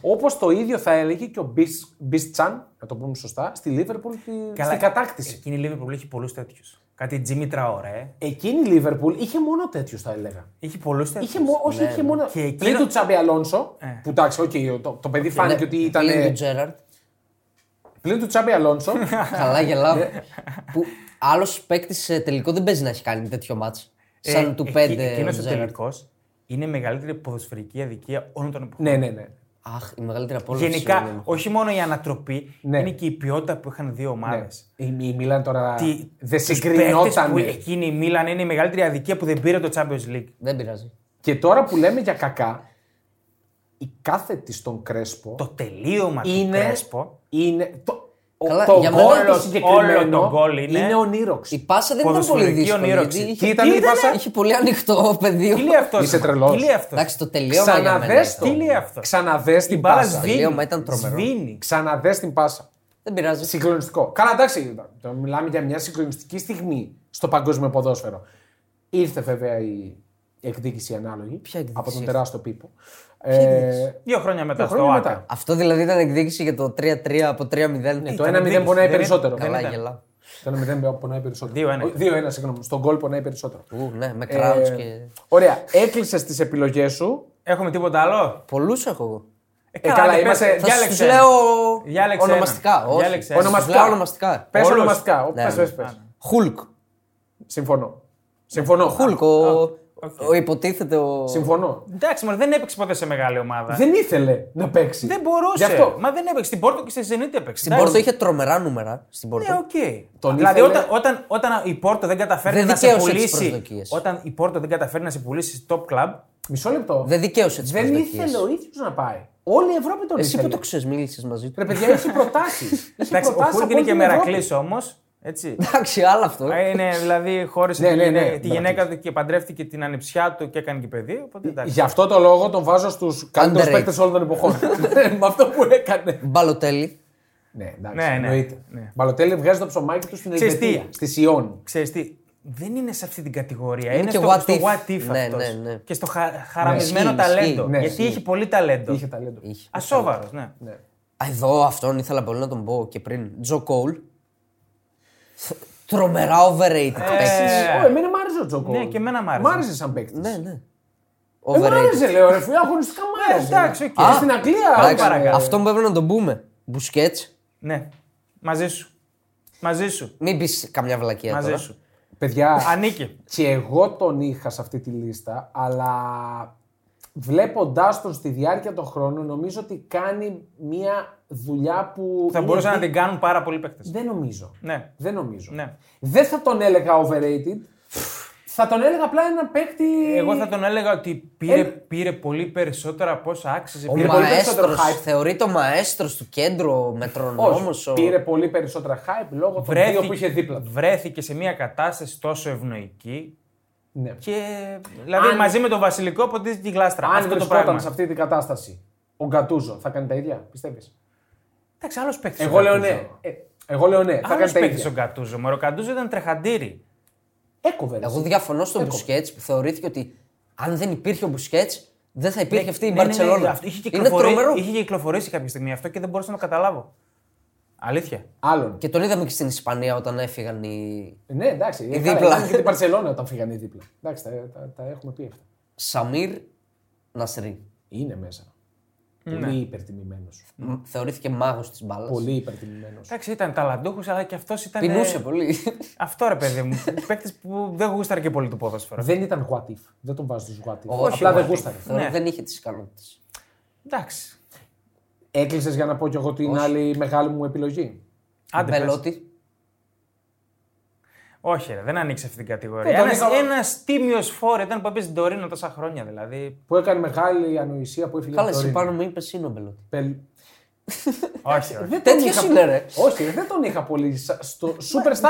[SPEAKER 2] Όπως το ίδιο θα έλεγε και ο Μπιστσαν, να το πούμε σωστά, στη Λίβερπουλ τη...
[SPEAKER 1] Καλά,
[SPEAKER 2] στην κατάκτηση.
[SPEAKER 1] Εκείνη η Λίβερπουλ έχει πολλούς τέτοιους. Κάτι ε. Τζίμι Τραωρέ.
[SPEAKER 2] Εκείνη η Λίβερπουλ είχε μόνο τέτοιους, θα έλεγα.
[SPEAKER 1] Είχε πολλούς τέτοιους.
[SPEAKER 2] Είχε μο... Όχι, είχε μόνο.
[SPEAKER 1] Και εκείνο-
[SPEAKER 2] Πλην του Τσάμπε Αλόνσο. Που εντάξει, okay, το, το παιδί φάνηκε ότι ήταν.
[SPEAKER 3] Πλην Ναι, του Τζέραρτ.
[SPEAKER 2] Πλην του Τσάμπε Αλόνσο.
[SPEAKER 3] Καλά γελάω.
[SPEAKER 2] Ναι.
[SPEAKER 3] που άλλος παίκτης σε τελικό δεν παίζει να έχει κάνει τέτοιο μάτς.
[SPEAKER 2] Ε,
[SPEAKER 3] Σαν του 5
[SPEAKER 1] Εκείνο Ε, ο
[SPEAKER 3] Τζέραρτ.
[SPEAKER 1] τελικός είναι η μεγαλύτερη ποδοσφαιρική αδικία όλων των εποχών.
[SPEAKER 2] ναι, ναι, ναι.
[SPEAKER 3] Αχ, η μεγαλύτερη απόλαυση.
[SPEAKER 1] Γενικά,
[SPEAKER 3] είναι.
[SPEAKER 1] όχι μόνο η ανατροπή,
[SPEAKER 2] Ναι.
[SPEAKER 1] είναι και η ποιότητα που είχαν δύο ομάδες.
[SPEAKER 2] Η, η Μίλαν τώρα
[SPEAKER 1] Τι-
[SPEAKER 2] δεν
[SPEAKER 1] τους παίκτες
[SPEAKER 2] συγκρινόταν.
[SPEAKER 1] που Εκείνη η Μίλαν είναι η μεγαλύτερη αδικία που δεν πήρε το Champions League.
[SPEAKER 3] Δεν πειράζει.
[SPEAKER 2] Και τώρα που λέμε για κακά, η κάθετη στον Κρέσπο
[SPEAKER 1] Το τελείωμα
[SPEAKER 2] είναι.
[SPEAKER 1] του Κρέσπο.
[SPEAKER 2] είναι το, ο-
[SPEAKER 3] Καλά,
[SPEAKER 2] το
[SPEAKER 3] για μένα
[SPEAKER 2] γκολ
[SPEAKER 3] το
[SPEAKER 2] το συγκεκριμένο
[SPEAKER 1] όλο το γκολ είναι-
[SPEAKER 2] είναι ονείροξη.
[SPEAKER 3] Η πάσα δεν ήταν πολύ
[SPEAKER 1] Ποδοσφαιρική
[SPEAKER 3] δύσκολη.
[SPEAKER 1] ονείροξη.
[SPEAKER 3] γιατί
[SPEAKER 1] Τι
[SPEAKER 3] είχε-
[SPEAKER 2] ήταν η
[SPEAKER 3] ήτανε-
[SPEAKER 2] πάσα?
[SPEAKER 3] Είχε πολύ ανοιχτό πεδίο.
[SPEAKER 1] Τι λέει αυτός.
[SPEAKER 2] Είσαι τρελός.
[SPEAKER 1] Τι λέει αυτός.
[SPEAKER 3] Εντάξει, το τελείωμα για μένα.
[SPEAKER 2] Ξαναδες
[SPEAKER 3] ήταν.
[SPEAKER 2] το.
[SPEAKER 1] Τι λέει αυτός.
[SPEAKER 2] Ξαναδες την
[SPEAKER 1] μπάλα
[SPEAKER 2] πάσα.
[SPEAKER 1] σβήνει.
[SPEAKER 3] Τελείωμα ήταν τρομερό.
[SPEAKER 1] Σβήνει.
[SPEAKER 2] Ξαναδες την πάσα.
[SPEAKER 3] Δεν πειράζει.
[SPEAKER 2] Συγκλονιστικό. Καλά, εντάξει, το μιλάμε για μια συγκλονιστική στιγμή στο παγκόσμιο ποδόσφαιρο. Ήρθε βέβαια η εκδίκηση ανάλογη
[SPEAKER 3] Ποια εκδίκηση
[SPEAKER 2] από τον
[SPEAKER 3] ήρθε?
[SPEAKER 2] τεράστιο πίπο. Ε,
[SPEAKER 3] εκδίκηση?
[SPEAKER 1] Δύο χρόνια μετά.
[SPEAKER 2] δύο
[SPEAKER 1] στο
[SPEAKER 2] χρόνια
[SPEAKER 1] Άκα.
[SPEAKER 2] μετά.
[SPEAKER 3] Αυτό δηλαδή ήταν εκδίκηση για το 3-3 από 3-0.
[SPEAKER 2] Το
[SPEAKER 1] Ήταν
[SPEAKER 2] 1-0
[SPEAKER 1] δίκηση,
[SPEAKER 2] πονάει
[SPEAKER 1] δεν
[SPEAKER 2] περισσότερο.
[SPEAKER 1] ήταν.
[SPEAKER 3] Καλά
[SPEAKER 1] ήταν.
[SPEAKER 3] γελά.
[SPEAKER 2] Το 1-0 πονάει περισσότερο.
[SPEAKER 1] 2-1.
[SPEAKER 2] Ο- 2-1, συγγνώμη. Στον γκολ πονάει περισσότερο.
[SPEAKER 3] Ου, ναι, με κράουτς
[SPEAKER 2] Ε,
[SPEAKER 3] και.
[SPEAKER 2] Ωραία. Έκλεισες τις επιλογές σου.
[SPEAKER 1] Έχουμε τίποτα άλλο.
[SPEAKER 3] Πολλούς έχω εγώ.
[SPEAKER 1] Ε,
[SPEAKER 2] καλά, είμαστε-
[SPEAKER 1] ρε,
[SPEAKER 2] θα
[SPEAKER 3] Θα
[SPEAKER 1] διάλεξε
[SPEAKER 3] σου
[SPEAKER 1] ένα.
[SPEAKER 3] λέω
[SPEAKER 1] Διάλεξε ένα.
[SPEAKER 3] ονομαστικά. Όχι.
[SPEAKER 1] Διάλεξε
[SPEAKER 3] Σας
[SPEAKER 1] ένα.
[SPEAKER 3] τους
[SPEAKER 2] Ονομαστικά.
[SPEAKER 3] λέω ονομαστικά.
[SPEAKER 2] Πες
[SPEAKER 1] Όλους.
[SPEAKER 2] ονομαστικά. Ο-
[SPEAKER 3] Ναι,
[SPEAKER 2] πες,
[SPEAKER 3] ναι.
[SPEAKER 2] πες, πες.
[SPEAKER 3] Χουλκ.
[SPEAKER 2] Συμφωνώ. Συμφωνώ.
[SPEAKER 3] Χουλκ. ο- Ο υποτίθεται ο.
[SPEAKER 2] Συμφωνώ.
[SPEAKER 1] Εντάξει, μωρέ, δεν έπαιξε ποτέ σε μεγάλη ομάδα.
[SPEAKER 2] Δεν ήθελε να παίξει.
[SPEAKER 1] Δεν μπορούσε.
[SPEAKER 2] Γι' αυτό.
[SPEAKER 1] Μα δεν έπαιξε. Στην Πόρτο και στη Ζενίτη έπαιξε.
[SPEAKER 3] Στην Πόρτο είχε τρομερά νούμερα. Στην Πόρτο.
[SPEAKER 1] Ναι, οκ.
[SPEAKER 2] Τον
[SPEAKER 1] Δηλαδή,
[SPEAKER 2] ήθελε-
[SPEAKER 1] όταν, όταν, όταν η Πόρτο δεν καταφέρει
[SPEAKER 3] Δεν
[SPEAKER 1] να σε
[SPEAKER 3] δικαίωσε τις
[SPEAKER 1] πουλήσει.
[SPEAKER 3] προσδοκίες.
[SPEAKER 1] Όταν η Πόρτο δεν καταφέρει να σε πουλήσει top club.
[SPEAKER 2] Μισό λεπτό.
[SPEAKER 3] Δεν δικαίωσε τις
[SPEAKER 2] Δεν ήθελε ο ίδιος να πάει. Όλη η Ευρώπη τον
[SPEAKER 3] Εσύ
[SPEAKER 2] ήθελε.
[SPEAKER 3] που το ξέρει, μίλησε μαζί του.
[SPEAKER 2] Ρε παιδιά, έχει προτάσει.
[SPEAKER 1] Εντάξει, ο Χούλκ είναι και μερακλής όμως. Έτσι.
[SPEAKER 3] Εντάξει, άλλο αυτό.
[SPEAKER 1] Ε, Είναι δηλαδή χώρισε
[SPEAKER 2] Ναι,
[SPEAKER 1] τη,
[SPEAKER 2] ναι, ναι,
[SPEAKER 1] γυναίκα- τη
[SPEAKER 2] Μερακλής.
[SPEAKER 1] γυναίκα του και παντρεύτηκε την ανιψιά του και έκανε και παιδί. Οπότε εντάξει.
[SPEAKER 2] Γι' αυτό το λόγο τον βάζω στους καλύτερους
[SPEAKER 3] Underrated.
[SPEAKER 2] παίκτες όλων των εποχών. Με αυτό που έκανε.
[SPEAKER 3] Μπαλοτέλη.
[SPEAKER 2] Ναι, εντάξει,
[SPEAKER 1] Ναι, ναι,
[SPEAKER 2] εννοείται.
[SPEAKER 1] ναι.
[SPEAKER 2] Μπαλοτέλη βγάζει το ψωμάκι του στην
[SPEAKER 1] Ξέρεις τι.
[SPEAKER 2] Ελβετία, στη Σιόν.
[SPEAKER 1] Ξέρεις τι, δεν είναι σε αυτή την κατηγορία. Είναι,
[SPEAKER 3] Είναι και
[SPEAKER 1] στο,
[SPEAKER 3] what
[SPEAKER 1] στο
[SPEAKER 3] if.
[SPEAKER 1] what if
[SPEAKER 3] Ναι,
[SPEAKER 1] αυτός.
[SPEAKER 3] ναι, ναι.
[SPEAKER 1] Και στο χα, χαραμισμένο
[SPEAKER 3] ισχύει,
[SPEAKER 1] ταλέντο.
[SPEAKER 3] ισχύει.
[SPEAKER 2] Ναι,
[SPEAKER 1] γιατί
[SPEAKER 2] ισχύει.
[SPEAKER 1] είχε πολύ ταλέντο.
[SPEAKER 2] Είχε ταλέντο.
[SPEAKER 3] Είχε.
[SPEAKER 1] Ασόβαρος, ναι.
[SPEAKER 2] Ναι.
[SPEAKER 3] Α, Εδώ αυτόν ήθελα πολύ να τον πω και πριν. Τζο Κόουλ. Τρομερά overrated παίκτης.
[SPEAKER 2] Ε, Ω, εμένα μ' άρεσε ο Τζοκό.
[SPEAKER 1] Ναι, και εμένα μ' άρεσε.
[SPEAKER 2] Μ' άρεσε σαν παίκτης.
[SPEAKER 3] Ναι, ναι.
[SPEAKER 2] Ε, μ'
[SPEAKER 3] Overrated.
[SPEAKER 2] άρεσε, λέω ρε φίλε, αγωνιστικά μ' άρεσε.
[SPEAKER 1] Ε, εντάξει, οκ.
[SPEAKER 2] Και
[SPEAKER 1] Α,
[SPEAKER 2] στην Αγγλία.
[SPEAKER 1] πάμε
[SPEAKER 2] έκανε.
[SPEAKER 1] παρακάτω.
[SPEAKER 3] Αυτόν πρέπει να τον πούμε. Μπουσκέτ.
[SPEAKER 1] Ναι. Μαζί σου. Μαζί σου.
[SPEAKER 3] Μην πεις καμιά βλακία
[SPEAKER 1] Μαζί
[SPEAKER 3] τώρα.
[SPEAKER 1] σου.
[SPEAKER 2] Παιδιά,
[SPEAKER 1] Ανήκει.
[SPEAKER 2] και εγώ τον είχα σε αυτή τη λίστα, αλλά βλέποντάς τον στη διάρκεια των χρόνων, νομίζω ότι κάνει μια δουλειά που.
[SPEAKER 1] Θα
[SPEAKER 2] είναι
[SPEAKER 1] μπορούσαν να
[SPEAKER 2] δι-
[SPEAKER 1] την κάνουν πάρα πολλοί παίκτες.
[SPEAKER 2] Δεν νομίζω.
[SPEAKER 1] Ναι.
[SPEAKER 2] Δεν νομίζω.
[SPEAKER 1] Ναι.
[SPEAKER 2] Δεν θα τον έλεγα overrated. Θα τον έλεγα απλά ένα παίκτη.
[SPEAKER 1] Εγώ θα τον έλεγα ότι πήρε,
[SPEAKER 2] Ε.
[SPEAKER 1] πήρε πολύ περισσότερα από όσα άξιζε.
[SPEAKER 3] Ο
[SPEAKER 1] Πήρε
[SPEAKER 2] πολύ
[SPEAKER 3] μαέστρος,
[SPEAKER 2] περισσότερο hype.
[SPEAKER 3] θεωρεί το μαέστρος του κέντρου ο μετρονόμος.
[SPEAKER 2] Όχι,
[SPEAKER 3] ο-
[SPEAKER 2] πήρε πολύ περισσότερα hype λόγω των δύο που είχε δίπλα του.
[SPEAKER 1] βρέθηκε σε μια κατάσταση τόσο ευνοϊκή.
[SPEAKER 2] Ναι.
[SPEAKER 1] Και, δηλαδή
[SPEAKER 2] Αν-
[SPEAKER 1] μαζί με τον Βασιλικό ποτίζει τη γλάστρα.
[SPEAKER 2] Αν
[SPEAKER 1] Αυτό το πράγμα.
[SPEAKER 2] βρισκόταν σε αυτή την κατάσταση ο Γκατούζο, θα κάνει τα ίδια, πιστεύεις.
[SPEAKER 1] Εντάξει, άλλος παίκτης.
[SPEAKER 2] Εγώ λέω ναι. Ε, εγώ λέω ναι, θα
[SPEAKER 1] Άλλος
[SPEAKER 2] κάνει τα
[SPEAKER 1] παίκτης ο
[SPEAKER 2] ίδια. Ε,
[SPEAKER 1] Γκατούζο. Μωρέ, Ο Γκατούζο ήταν τρεχαντήρι.
[SPEAKER 2] Έκοβε. ρε.
[SPEAKER 3] Εγώ διαφωνώ στον Μπουσκέτ που θεωρήθηκε ότι αν δεν υπήρχε ο Μπουσκέτ, δεν θα υπήρχε αυτή η
[SPEAKER 1] Ναι, ναι, ναι,
[SPEAKER 3] Μπαρσελόνα.
[SPEAKER 1] αυτό είχε,
[SPEAKER 3] Είναι
[SPEAKER 1] κυκλοφορεί-
[SPEAKER 3] τρομερό.
[SPEAKER 1] είχε κυκλοφορήσει κάποια στιγμή αυτό και δεν μπορούσα να το καταλάβω. Αλήθεια.
[SPEAKER 2] Άλλον.
[SPEAKER 3] Και τον είδαμε και στην Ισπανία όταν έφυγαν οι
[SPEAKER 2] Ναι, εντάξει. Η
[SPEAKER 3] δίπλα.
[SPEAKER 2] και την Παρσελόνα όταν φύγανε οι δίπλα. Εντάξει, τα, τα, τα έχουμε πει αυτά.
[SPEAKER 3] Σαμίρ Νασρί.
[SPEAKER 2] Είναι μέσα.
[SPEAKER 1] Ναι.
[SPEAKER 2] Πολύ υπερτιμημένος.
[SPEAKER 3] Μ, Θεωρήθηκε μάγος της μπάλας.
[SPEAKER 2] Πολύ υπερτιμημένος.
[SPEAKER 1] Εντάξει, ήταν ταλαντούχος, αλλά και αυτός ήταν. ε,
[SPEAKER 3] Πεινούσε πολύ.
[SPEAKER 1] Αυτό ρε παιδί μου. Παίκτη που δεν γούσταρε και πολύ το ποδόσφαιρο.
[SPEAKER 2] Δεν ήταν what if. Δεν τον βάζω στους what if.
[SPEAKER 3] Όχι,
[SPEAKER 2] Απλά δεν
[SPEAKER 3] what if.
[SPEAKER 2] γούσταρε.
[SPEAKER 3] Θεωρώ
[SPEAKER 1] Ναι.
[SPEAKER 3] δεν είχε τις ικανότητες.
[SPEAKER 1] Εντάξει.
[SPEAKER 2] Έκλεισες για να πω κι εγώ την άλλη μεγάλη μου επιλογή.
[SPEAKER 1] Άντε, πες.
[SPEAKER 3] Μπελότη.
[SPEAKER 1] Όχι, ρε, δεν ανοίξει αυτή την
[SPEAKER 2] Δεν
[SPEAKER 1] κατηγορία.
[SPEAKER 2] τον
[SPEAKER 1] Ένα
[SPEAKER 2] είχα-
[SPEAKER 1] ένας τίμιος φόρο ήταν που έπαιζε την Τωρίνο τόσα χρόνια. Δηλαδή.
[SPEAKER 2] Που έκανε μεγάλη ανοησία που έφυγε
[SPEAKER 3] Καλά,
[SPEAKER 2] από το
[SPEAKER 3] εσύ
[SPEAKER 2] Ρήνο.
[SPEAKER 3] πάνω μου είπες είναι ο Μπελότη.
[SPEAKER 2] Πελ-
[SPEAKER 1] όχι, όχι.
[SPEAKER 2] Δεν τον
[SPEAKER 3] Τέτοιος
[SPEAKER 2] είχα-
[SPEAKER 3] είναι, ρε.
[SPEAKER 2] Όχι, δεν τον είχα πολύ. σα- Στο Superstar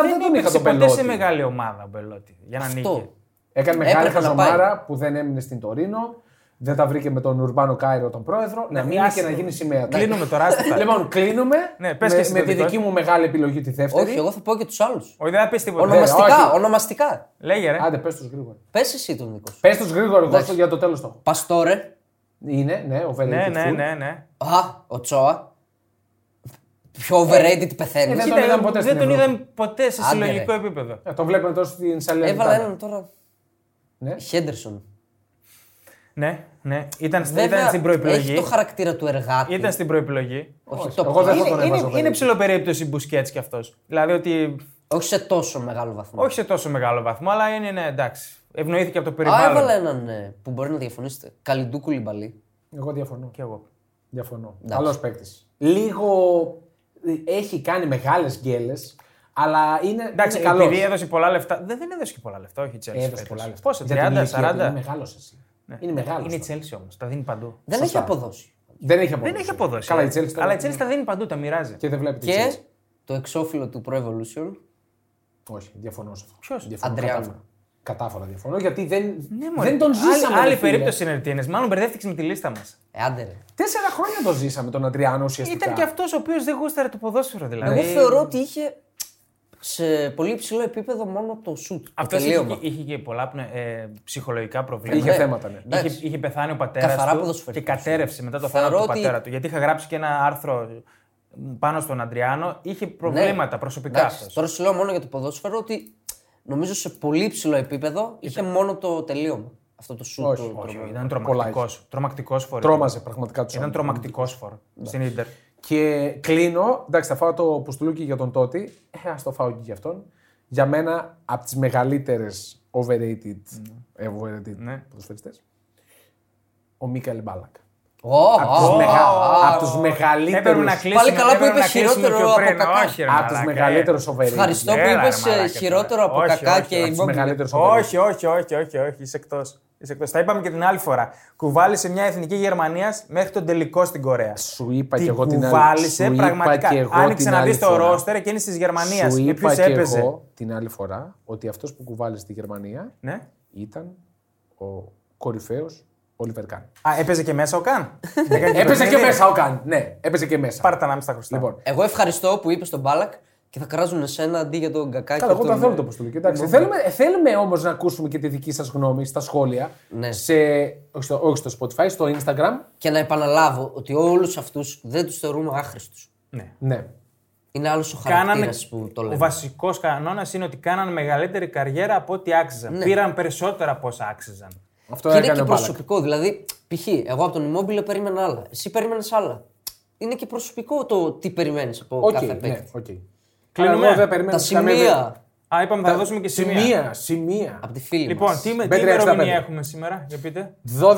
[SPEAKER 2] δεν τον είχα
[SPEAKER 1] έπαιξε
[SPEAKER 2] τον
[SPEAKER 1] ποτέ
[SPEAKER 2] Πελότη.
[SPEAKER 1] σε μεγάλη ομάδα ο Μπελότη. Για να
[SPEAKER 3] Αυτό.
[SPEAKER 1] νίκη.
[SPEAKER 2] Έκανε μεγάλη
[SPEAKER 3] Έπρεπε να πάει.
[SPEAKER 2] χαζομάρα που δεν έμεινε στην Τωρίνο. Δεν τα βρήκε με τον Ουρμπάνο Κάιρο τον πρόεδρο. Να μείνει
[SPEAKER 1] άσε.
[SPEAKER 2] και να γίνει σημαία. Ναι.
[SPEAKER 1] Κλείνουμε τώρα. άστα τα.
[SPEAKER 2] Λοιπόν, κλείνουμε
[SPEAKER 1] Ναι, πες και
[SPEAKER 2] με,
[SPEAKER 1] εσύ
[SPEAKER 2] με
[SPEAKER 1] το
[SPEAKER 2] τη
[SPEAKER 1] δικό
[SPEAKER 2] δική
[SPEAKER 1] σου.
[SPEAKER 2] μου μεγάλη επιλογή τη δεύτερη.
[SPEAKER 3] Όχι, εγώ θα πω και τους άλλους.
[SPEAKER 1] Όχι, δεν θα πεις τίποτα.
[SPEAKER 3] Ονομαστικά,
[SPEAKER 2] όχι.
[SPEAKER 3] ονομαστικά.
[SPEAKER 1] Λέγε, ρε.
[SPEAKER 2] Άντε, πες τους γρήγορα.
[SPEAKER 3] Πες εσύ τον δικό σου.
[SPEAKER 2] Πες τους γρήγορα, εγώ στο- για το τέλος το έχω.
[SPEAKER 3] Παστόρε.
[SPEAKER 2] Είναι, ναι, ο Βέλη.
[SPEAKER 1] Ναι, ναι, ναι, ναι.
[SPEAKER 3] Α, ο Τσόα. Πιο overrated πεθαίνεις.
[SPEAKER 2] ε, δεν
[SPEAKER 1] Κοίτα,
[SPEAKER 2] τον είδαμε ποτέ
[SPEAKER 1] δεν
[SPEAKER 2] στην
[SPEAKER 1] τον
[SPEAKER 2] Ευρώπη.
[SPEAKER 1] είδαμε ποτέ σε
[SPEAKER 3] Άντε,
[SPEAKER 1] συλλογικό
[SPEAKER 3] ρε.
[SPEAKER 1] επίπεδο.
[SPEAKER 2] Το Ε, βλέπουμε τόσο στην
[SPEAKER 3] Έβαλα
[SPEAKER 2] Σαλέντα.
[SPEAKER 3] έναν τώρα.
[SPEAKER 2] Ναι.
[SPEAKER 3] Χέντερσον.
[SPEAKER 1] Ναι, ναι. Ήταν, στην-
[SPEAKER 3] Βέβαια,
[SPEAKER 1] ήταν στην προεπιλογή.
[SPEAKER 3] Έχει το χαρακτήρα του εργάτη.
[SPEAKER 1] Ήταν στην προεπιλογή.
[SPEAKER 3] Όχι,
[SPEAKER 2] Όχι,
[SPEAKER 3] το...
[SPEAKER 2] εγώ δεν θα
[SPEAKER 3] είναι-
[SPEAKER 2] τον
[SPEAKER 3] είναι-
[SPEAKER 2] έβαζα.
[SPEAKER 1] Είναι, είναι ψηλό περίπτωση μπουσκέτ κι αυτός. Δηλαδή ότι
[SPEAKER 3] όχι σε τόσο μεγάλο βαθμό.
[SPEAKER 1] όχι σε τόσο μεγάλο βαθμό, αλλά είναι ναι, εντάξει. Ευνοήθηκε από το
[SPEAKER 3] Α,
[SPEAKER 1] περιβάλλον.
[SPEAKER 3] έβαλα έναν ε, που μπορεί να διαφωνήσετε. Καλιντού Κουλιμπαλί.
[SPEAKER 2] Εγώ διαφωνώ.
[SPEAKER 1] Κι εγώ.
[SPEAKER 2] Διαφωνώ.
[SPEAKER 3] Εντάξει.
[SPEAKER 2] Καλός παίκτης. Λίγο ε, έχει κάνει μεγάλες γκέλες, αλλά είναι.
[SPEAKER 1] Εντάξει,
[SPEAKER 2] είναι καλός.
[SPEAKER 1] επειδή έδωσε πολλά λέφτα. Δεν, δεν έδωσε και πολλά λεφτά, όχι η Chelsea.
[SPEAKER 2] Έδωσε
[SPEAKER 1] φέτος.
[SPEAKER 2] πολλά λεφτά.
[SPEAKER 1] Πόσα,
[SPEAKER 2] Για την
[SPEAKER 1] 30,
[SPEAKER 2] ηλικία του, Είναι
[SPEAKER 1] 40.
[SPEAKER 2] μεγάλος εσύ. Είναι μεγάλο.
[SPEAKER 1] Ναι. Είναι η Chelsea όμως, τα δίνει παντού.
[SPEAKER 3] Δεν έχει αποδώσει.
[SPEAKER 2] Δεν έχει αποδώσει.
[SPEAKER 1] Δεν έχει αποδώσει.
[SPEAKER 2] Καλά, η
[SPEAKER 1] ε.
[SPEAKER 2] Chelsea τώρα-
[SPEAKER 1] Αλλά η Chelsea τα δίνει παντού, τα μοιράζει.
[SPEAKER 2] Και δεν βλέπει τη Chelsea.
[SPEAKER 3] Και το εξώφυλλο του Pro Evolution.
[SPEAKER 2] Όχι, διαφωνώ σε αυτό.
[SPEAKER 1] Ποιος?
[SPEAKER 2] Διαφωνώ
[SPEAKER 3] Αντριάνο.
[SPEAKER 2] κατάφορα. Κατάφορα διαφωνώ γιατί δεν,
[SPEAKER 1] Ναι, μωρέ.
[SPEAKER 2] δεν τον ζήσαμε.
[SPEAKER 1] Άλλη,
[SPEAKER 2] ρε
[SPEAKER 1] άλλη
[SPEAKER 2] φίλε.
[SPEAKER 1] περίπτωση είναι τι είναι. Μάλλον μπερδεύτηκες με τη λίστα μας.
[SPEAKER 3] Ε, άντε ρε.
[SPEAKER 2] Τέσσερα χρόνια τον ζήσαμε τον Αντριάνο ουσιαστικά.
[SPEAKER 1] Ήταν και αυτός ο οποίος δεν γούσταρε το ποδόσφαιρο δηλαδή.
[SPEAKER 2] Ναι.
[SPEAKER 3] Εγώ θεωρώ ότι είχε σε πολύ υψηλό επίπεδο μόνο το σουτ.
[SPEAKER 1] Αυτός είχε, και- είχε και πολλά πνε- ε, ψυχολογικά προβλήματα.
[SPEAKER 2] Είχε
[SPEAKER 3] Ναι.
[SPEAKER 2] θέματα, ναι.
[SPEAKER 3] Εντάξει.
[SPEAKER 1] Είχε, είχε πεθάνει ο πατέρας
[SPEAKER 3] Καθαρά
[SPEAKER 1] του και
[SPEAKER 3] ποδοσφαιρικός.
[SPEAKER 1] κατέρευσε μετά το
[SPEAKER 3] Θεωρώ
[SPEAKER 1] θάνατο του
[SPEAKER 3] ότι-
[SPEAKER 1] πατέρα του. Γιατί είχα γράψει και ένα άρθρο πάνω στον Αντριάνο. Είχε προβλήματα προσωπικά
[SPEAKER 3] Ναι. Εντάξει,
[SPEAKER 1] αυτός.
[SPEAKER 3] Τώρα σου λέω μόνο για το ποδόσφαιρο ότι νομίζω σε πολύ υψηλό επίπεδο είχε μόνο το τελείωμα. Αυτό το σουτ.
[SPEAKER 2] Όχι,
[SPEAKER 3] το- το-
[SPEAKER 1] Όχι, Ήταν τρομακτικός. Τρομακτικός φορ.
[SPEAKER 2] Τρόμαζε πραγματικά τους
[SPEAKER 1] Ήταν τρομακτικός φορ στην Ιντερ.
[SPEAKER 2] Και κλείνω. Εντάξει, θα φάω το πουστουλούκι για τον Τότι. Ε, ας το φάω και για αυτόν. Για μένα, από τις μεγαλύτερες overrated, ε, overrated
[SPEAKER 1] Mm. Ναι.
[SPEAKER 2] ποδοσφαιριστές, ο Μίκαλ Μπάλακ.
[SPEAKER 3] Ω, ω,
[SPEAKER 2] Από του
[SPEAKER 1] Έπρεπε να
[SPEAKER 2] μεγαλύτερου.
[SPEAKER 1] κλείσουμε.
[SPEAKER 3] καλά που
[SPEAKER 1] έπρεπε
[SPEAKER 3] είπες
[SPEAKER 1] να κλείσουμε
[SPEAKER 3] χειρότερο
[SPEAKER 1] πιο
[SPEAKER 3] από
[SPEAKER 1] πριν.
[SPEAKER 3] κακά.
[SPEAKER 1] Όχι, ρε
[SPEAKER 2] Από τους
[SPEAKER 1] μαλάκα,
[SPEAKER 2] μεγαλύτερους
[SPEAKER 1] ε.
[SPEAKER 2] overrated.
[SPEAKER 3] Ευχαριστώ
[SPEAKER 1] Έλα,
[SPEAKER 3] που
[SPEAKER 1] ρε,
[SPEAKER 3] είπες
[SPEAKER 1] μαλάκα,
[SPEAKER 3] χειρότερο
[SPEAKER 1] τώρα.
[SPEAKER 3] από
[SPEAKER 1] Όχι,
[SPEAKER 3] κακά
[SPEAKER 1] όχι,
[SPEAKER 3] και
[SPEAKER 1] όχι,
[SPEAKER 3] η
[SPEAKER 2] Του
[SPEAKER 3] Μπόμπιλε.
[SPEAKER 2] μεγαλύτερους overrated.
[SPEAKER 1] Όχι, όχι, όχι, όχι, όχι, είσαι εκτός. Είσαι εκτός. Τα είπαμε και την άλλη φορά. Κουβάλισε μια εθνική Γερμανίας μέχρι τον τελικό στην Κορέα.
[SPEAKER 2] Σου είπα
[SPEAKER 1] Την
[SPEAKER 2] και εγώ την άλλη
[SPEAKER 1] κουβάλισε
[SPEAKER 2] σου είπα
[SPEAKER 1] πραγματικά.
[SPEAKER 2] και εγώ
[SPEAKER 1] Άνοιξε
[SPEAKER 2] την
[SPEAKER 1] να
[SPEAKER 2] άλλη
[SPEAKER 1] δεις το
[SPEAKER 2] φορά.
[SPEAKER 1] ρόστερ εκείνης της Γερμανίας.
[SPEAKER 2] Σου
[SPEAKER 1] Με ποιου
[SPEAKER 2] είπα και
[SPEAKER 1] Ε, έπαιζε.
[SPEAKER 2] εγώ την άλλη φορά ότι αυτός που κουβάλει στη Γερμανία
[SPEAKER 1] Ναι.
[SPEAKER 2] ήταν ο κορυφαίος Όλιβερ Καν.
[SPEAKER 1] Α, έπαιζε και μέσα ο Καν. Έκανε το
[SPEAKER 2] Έπαιζε και
[SPEAKER 1] παιχνίδι.
[SPEAKER 2] μέσα ο Καν. Ναι, έπαιζε και μέσα.
[SPEAKER 1] Πάρε τα να μην στα χρωστά.
[SPEAKER 2] Λοιπόν,
[SPEAKER 3] Εγώ ευχαριστώ που είπες τον Μπάλακ και θα κράζουν εσένα αντί για τον Κακά.
[SPEAKER 2] Καλά,
[SPEAKER 3] και
[SPEAKER 2] εγώ
[SPEAKER 3] τον-
[SPEAKER 2] καθόλου το αποστολή. Εντάξει, θέλουμε, θέλουμε όμως να ακούσουμε και τη δική σας γνώμη στα σχόλια.
[SPEAKER 3] Ναι.
[SPEAKER 2] Σε, όχι, στο, όχι στο Spotify, στο Instagram.
[SPEAKER 3] Και να επαναλάβω ότι όλους αυτούς δεν τους θεωρούμε άχρηστους.
[SPEAKER 1] Ναι.
[SPEAKER 2] Ναι.
[SPEAKER 3] Είναι άλλος ο
[SPEAKER 1] Κάνανε...
[SPEAKER 3] χαρακτήρας που το
[SPEAKER 1] Ο
[SPEAKER 3] λέμε.
[SPEAKER 1] βασικός κανόνας είναι ότι κάναν μεγαλύτερη καριέρα από ό,τι άξιζαν.
[SPEAKER 3] Ναι.
[SPEAKER 1] Πήραν περισσότερα από όσα άξιζαν.
[SPEAKER 2] Αυτό
[SPEAKER 3] Και είναι
[SPEAKER 2] έκανε
[SPEAKER 3] και
[SPEAKER 2] ο Μπάλακ.
[SPEAKER 3] προσωπικό. Δηλαδή, π.χ. εγώ από τον Immobile περίμενα άλλα. Εσύ περίμενες άλλα. Είναι και προσωπικό το τι περιμένεις από
[SPEAKER 2] Οκ,
[SPEAKER 3] κάθε
[SPEAKER 2] ναι,
[SPEAKER 3] παίκτη.
[SPEAKER 2] οκ.
[SPEAKER 1] Κλείνουμε.
[SPEAKER 2] Αλλά εγώ δεν
[SPEAKER 3] Τα
[SPEAKER 2] περίμενα
[SPEAKER 3] σημεία
[SPEAKER 1] Α, είπαμε θα δώσουμε και σημεία.
[SPEAKER 2] Σημεία, σημεία.
[SPEAKER 3] από τη φίλη
[SPEAKER 1] Λοιπόν,
[SPEAKER 3] μας.
[SPEAKER 1] τι, με- τι
[SPEAKER 2] Bet365.
[SPEAKER 1] ημερομηνία έχουμε σήμερα, για πείτε.
[SPEAKER 2] 12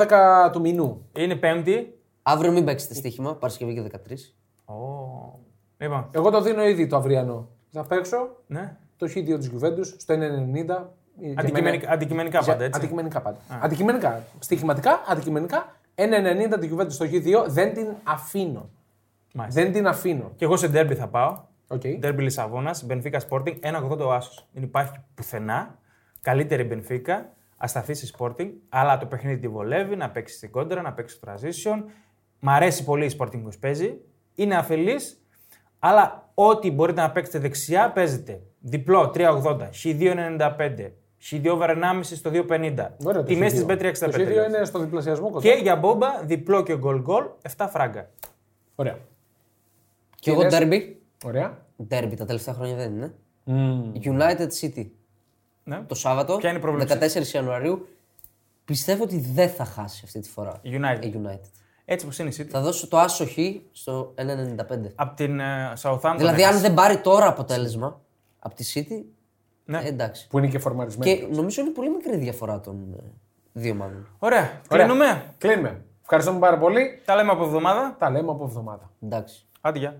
[SPEAKER 2] του μηνού.
[SPEAKER 1] Είναι Πέμπτη.
[SPEAKER 3] Αύριο μην παίξετε στοίχημα, Παρασκευή και 13.
[SPEAKER 1] Ω. Λοιπόν,
[SPEAKER 2] Εγώ το δίνω ήδη το αυριανό. Θα παίξω
[SPEAKER 1] ναι.
[SPEAKER 2] το χ2 της Γιουβέντους στο 1,90.
[SPEAKER 1] Αντικειμενικά, αντικειμενικά πάντα, έτσι.
[SPEAKER 2] Αντικειμενικά πάντα. Αντικειμενικά. Στοιχηματικά, αντικειμενικά. 1,90 της Γιουβέντους στο χ2 δεν την αφήνω.
[SPEAKER 1] Μάλιστα.
[SPEAKER 2] Δεν την αφήνω.
[SPEAKER 1] Και εγώ σε ντέρμπι θα πάω.
[SPEAKER 2] Οκ.
[SPEAKER 1] Ντέρμπι Λισαβόνας, Μπενφίκα Sporting, 1,80 ο Άσος. Δεν υπάρχει πουθενά. Καλύτερη Μπενφίκα, ασταθή η Sporting, αλλά το παιχνίδι τη βολεύει να παίξει στην κόντρα, να παίξει στο transition. Μ' αρέσει πολύ η Sporting που παίζει. Είναι αφελής, αλλά ό,τι μπορείτε να παίξετε δεξιά παίζετε. Διπλό 3,80, χ2,95, χ2 over 1,5 στο 2,50.
[SPEAKER 2] Ωραία, το
[SPEAKER 1] Τιμέ τη
[SPEAKER 2] χ2.
[SPEAKER 1] B365.
[SPEAKER 2] Το χ2 είναι στο διπλασιασμό κοντά.
[SPEAKER 1] Και για μπόμπα, διπλό και γκολ γκολ, 7 φράγκα.
[SPEAKER 2] Ωραία.
[SPEAKER 3] Και εγώ
[SPEAKER 2] λες?
[SPEAKER 3] ντέρμπι.
[SPEAKER 2] Ωραία.
[SPEAKER 3] Ντέρμπι τα τελευταία χρόνια δεν είναι. United City
[SPEAKER 1] Ναι.
[SPEAKER 3] το Σάββατο,
[SPEAKER 1] Ποια είναι η πρόβλεψη?
[SPEAKER 3] 14 Ιανουαρίου. Πιστεύω ότι δεν θα χάσει αυτή τη φορά
[SPEAKER 1] Η United.
[SPEAKER 3] η United.
[SPEAKER 1] Έτσι πω είναι η City.
[SPEAKER 3] Ε, Θα δώσω το άσοχη στο 1,95.
[SPEAKER 1] Από την ε, Southampton.
[SPEAKER 3] Δηλαδή, αν δεν πάρει τώρα αποτέλεσμα από τη City,
[SPEAKER 1] Ναι.
[SPEAKER 3] ε, εντάξει.
[SPEAKER 2] Που είναι και φορμαρισμένο.
[SPEAKER 3] Και νομίζω είναι πολύ μικρή η διαφορά των ε, δύο ομάδων.
[SPEAKER 1] Ωραία, κλείνουμε.
[SPEAKER 2] Κλείνουμε. Ευχαριστούμε πάρα πολύ.
[SPEAKER 1] Τα λέμε από εβδομάδα.
[SPEAKER 2] Τα λέμε από εβδομάδα.
[SPEAKER 3] Εντάξει.
[SPEAKER 1] Άντε, γεια.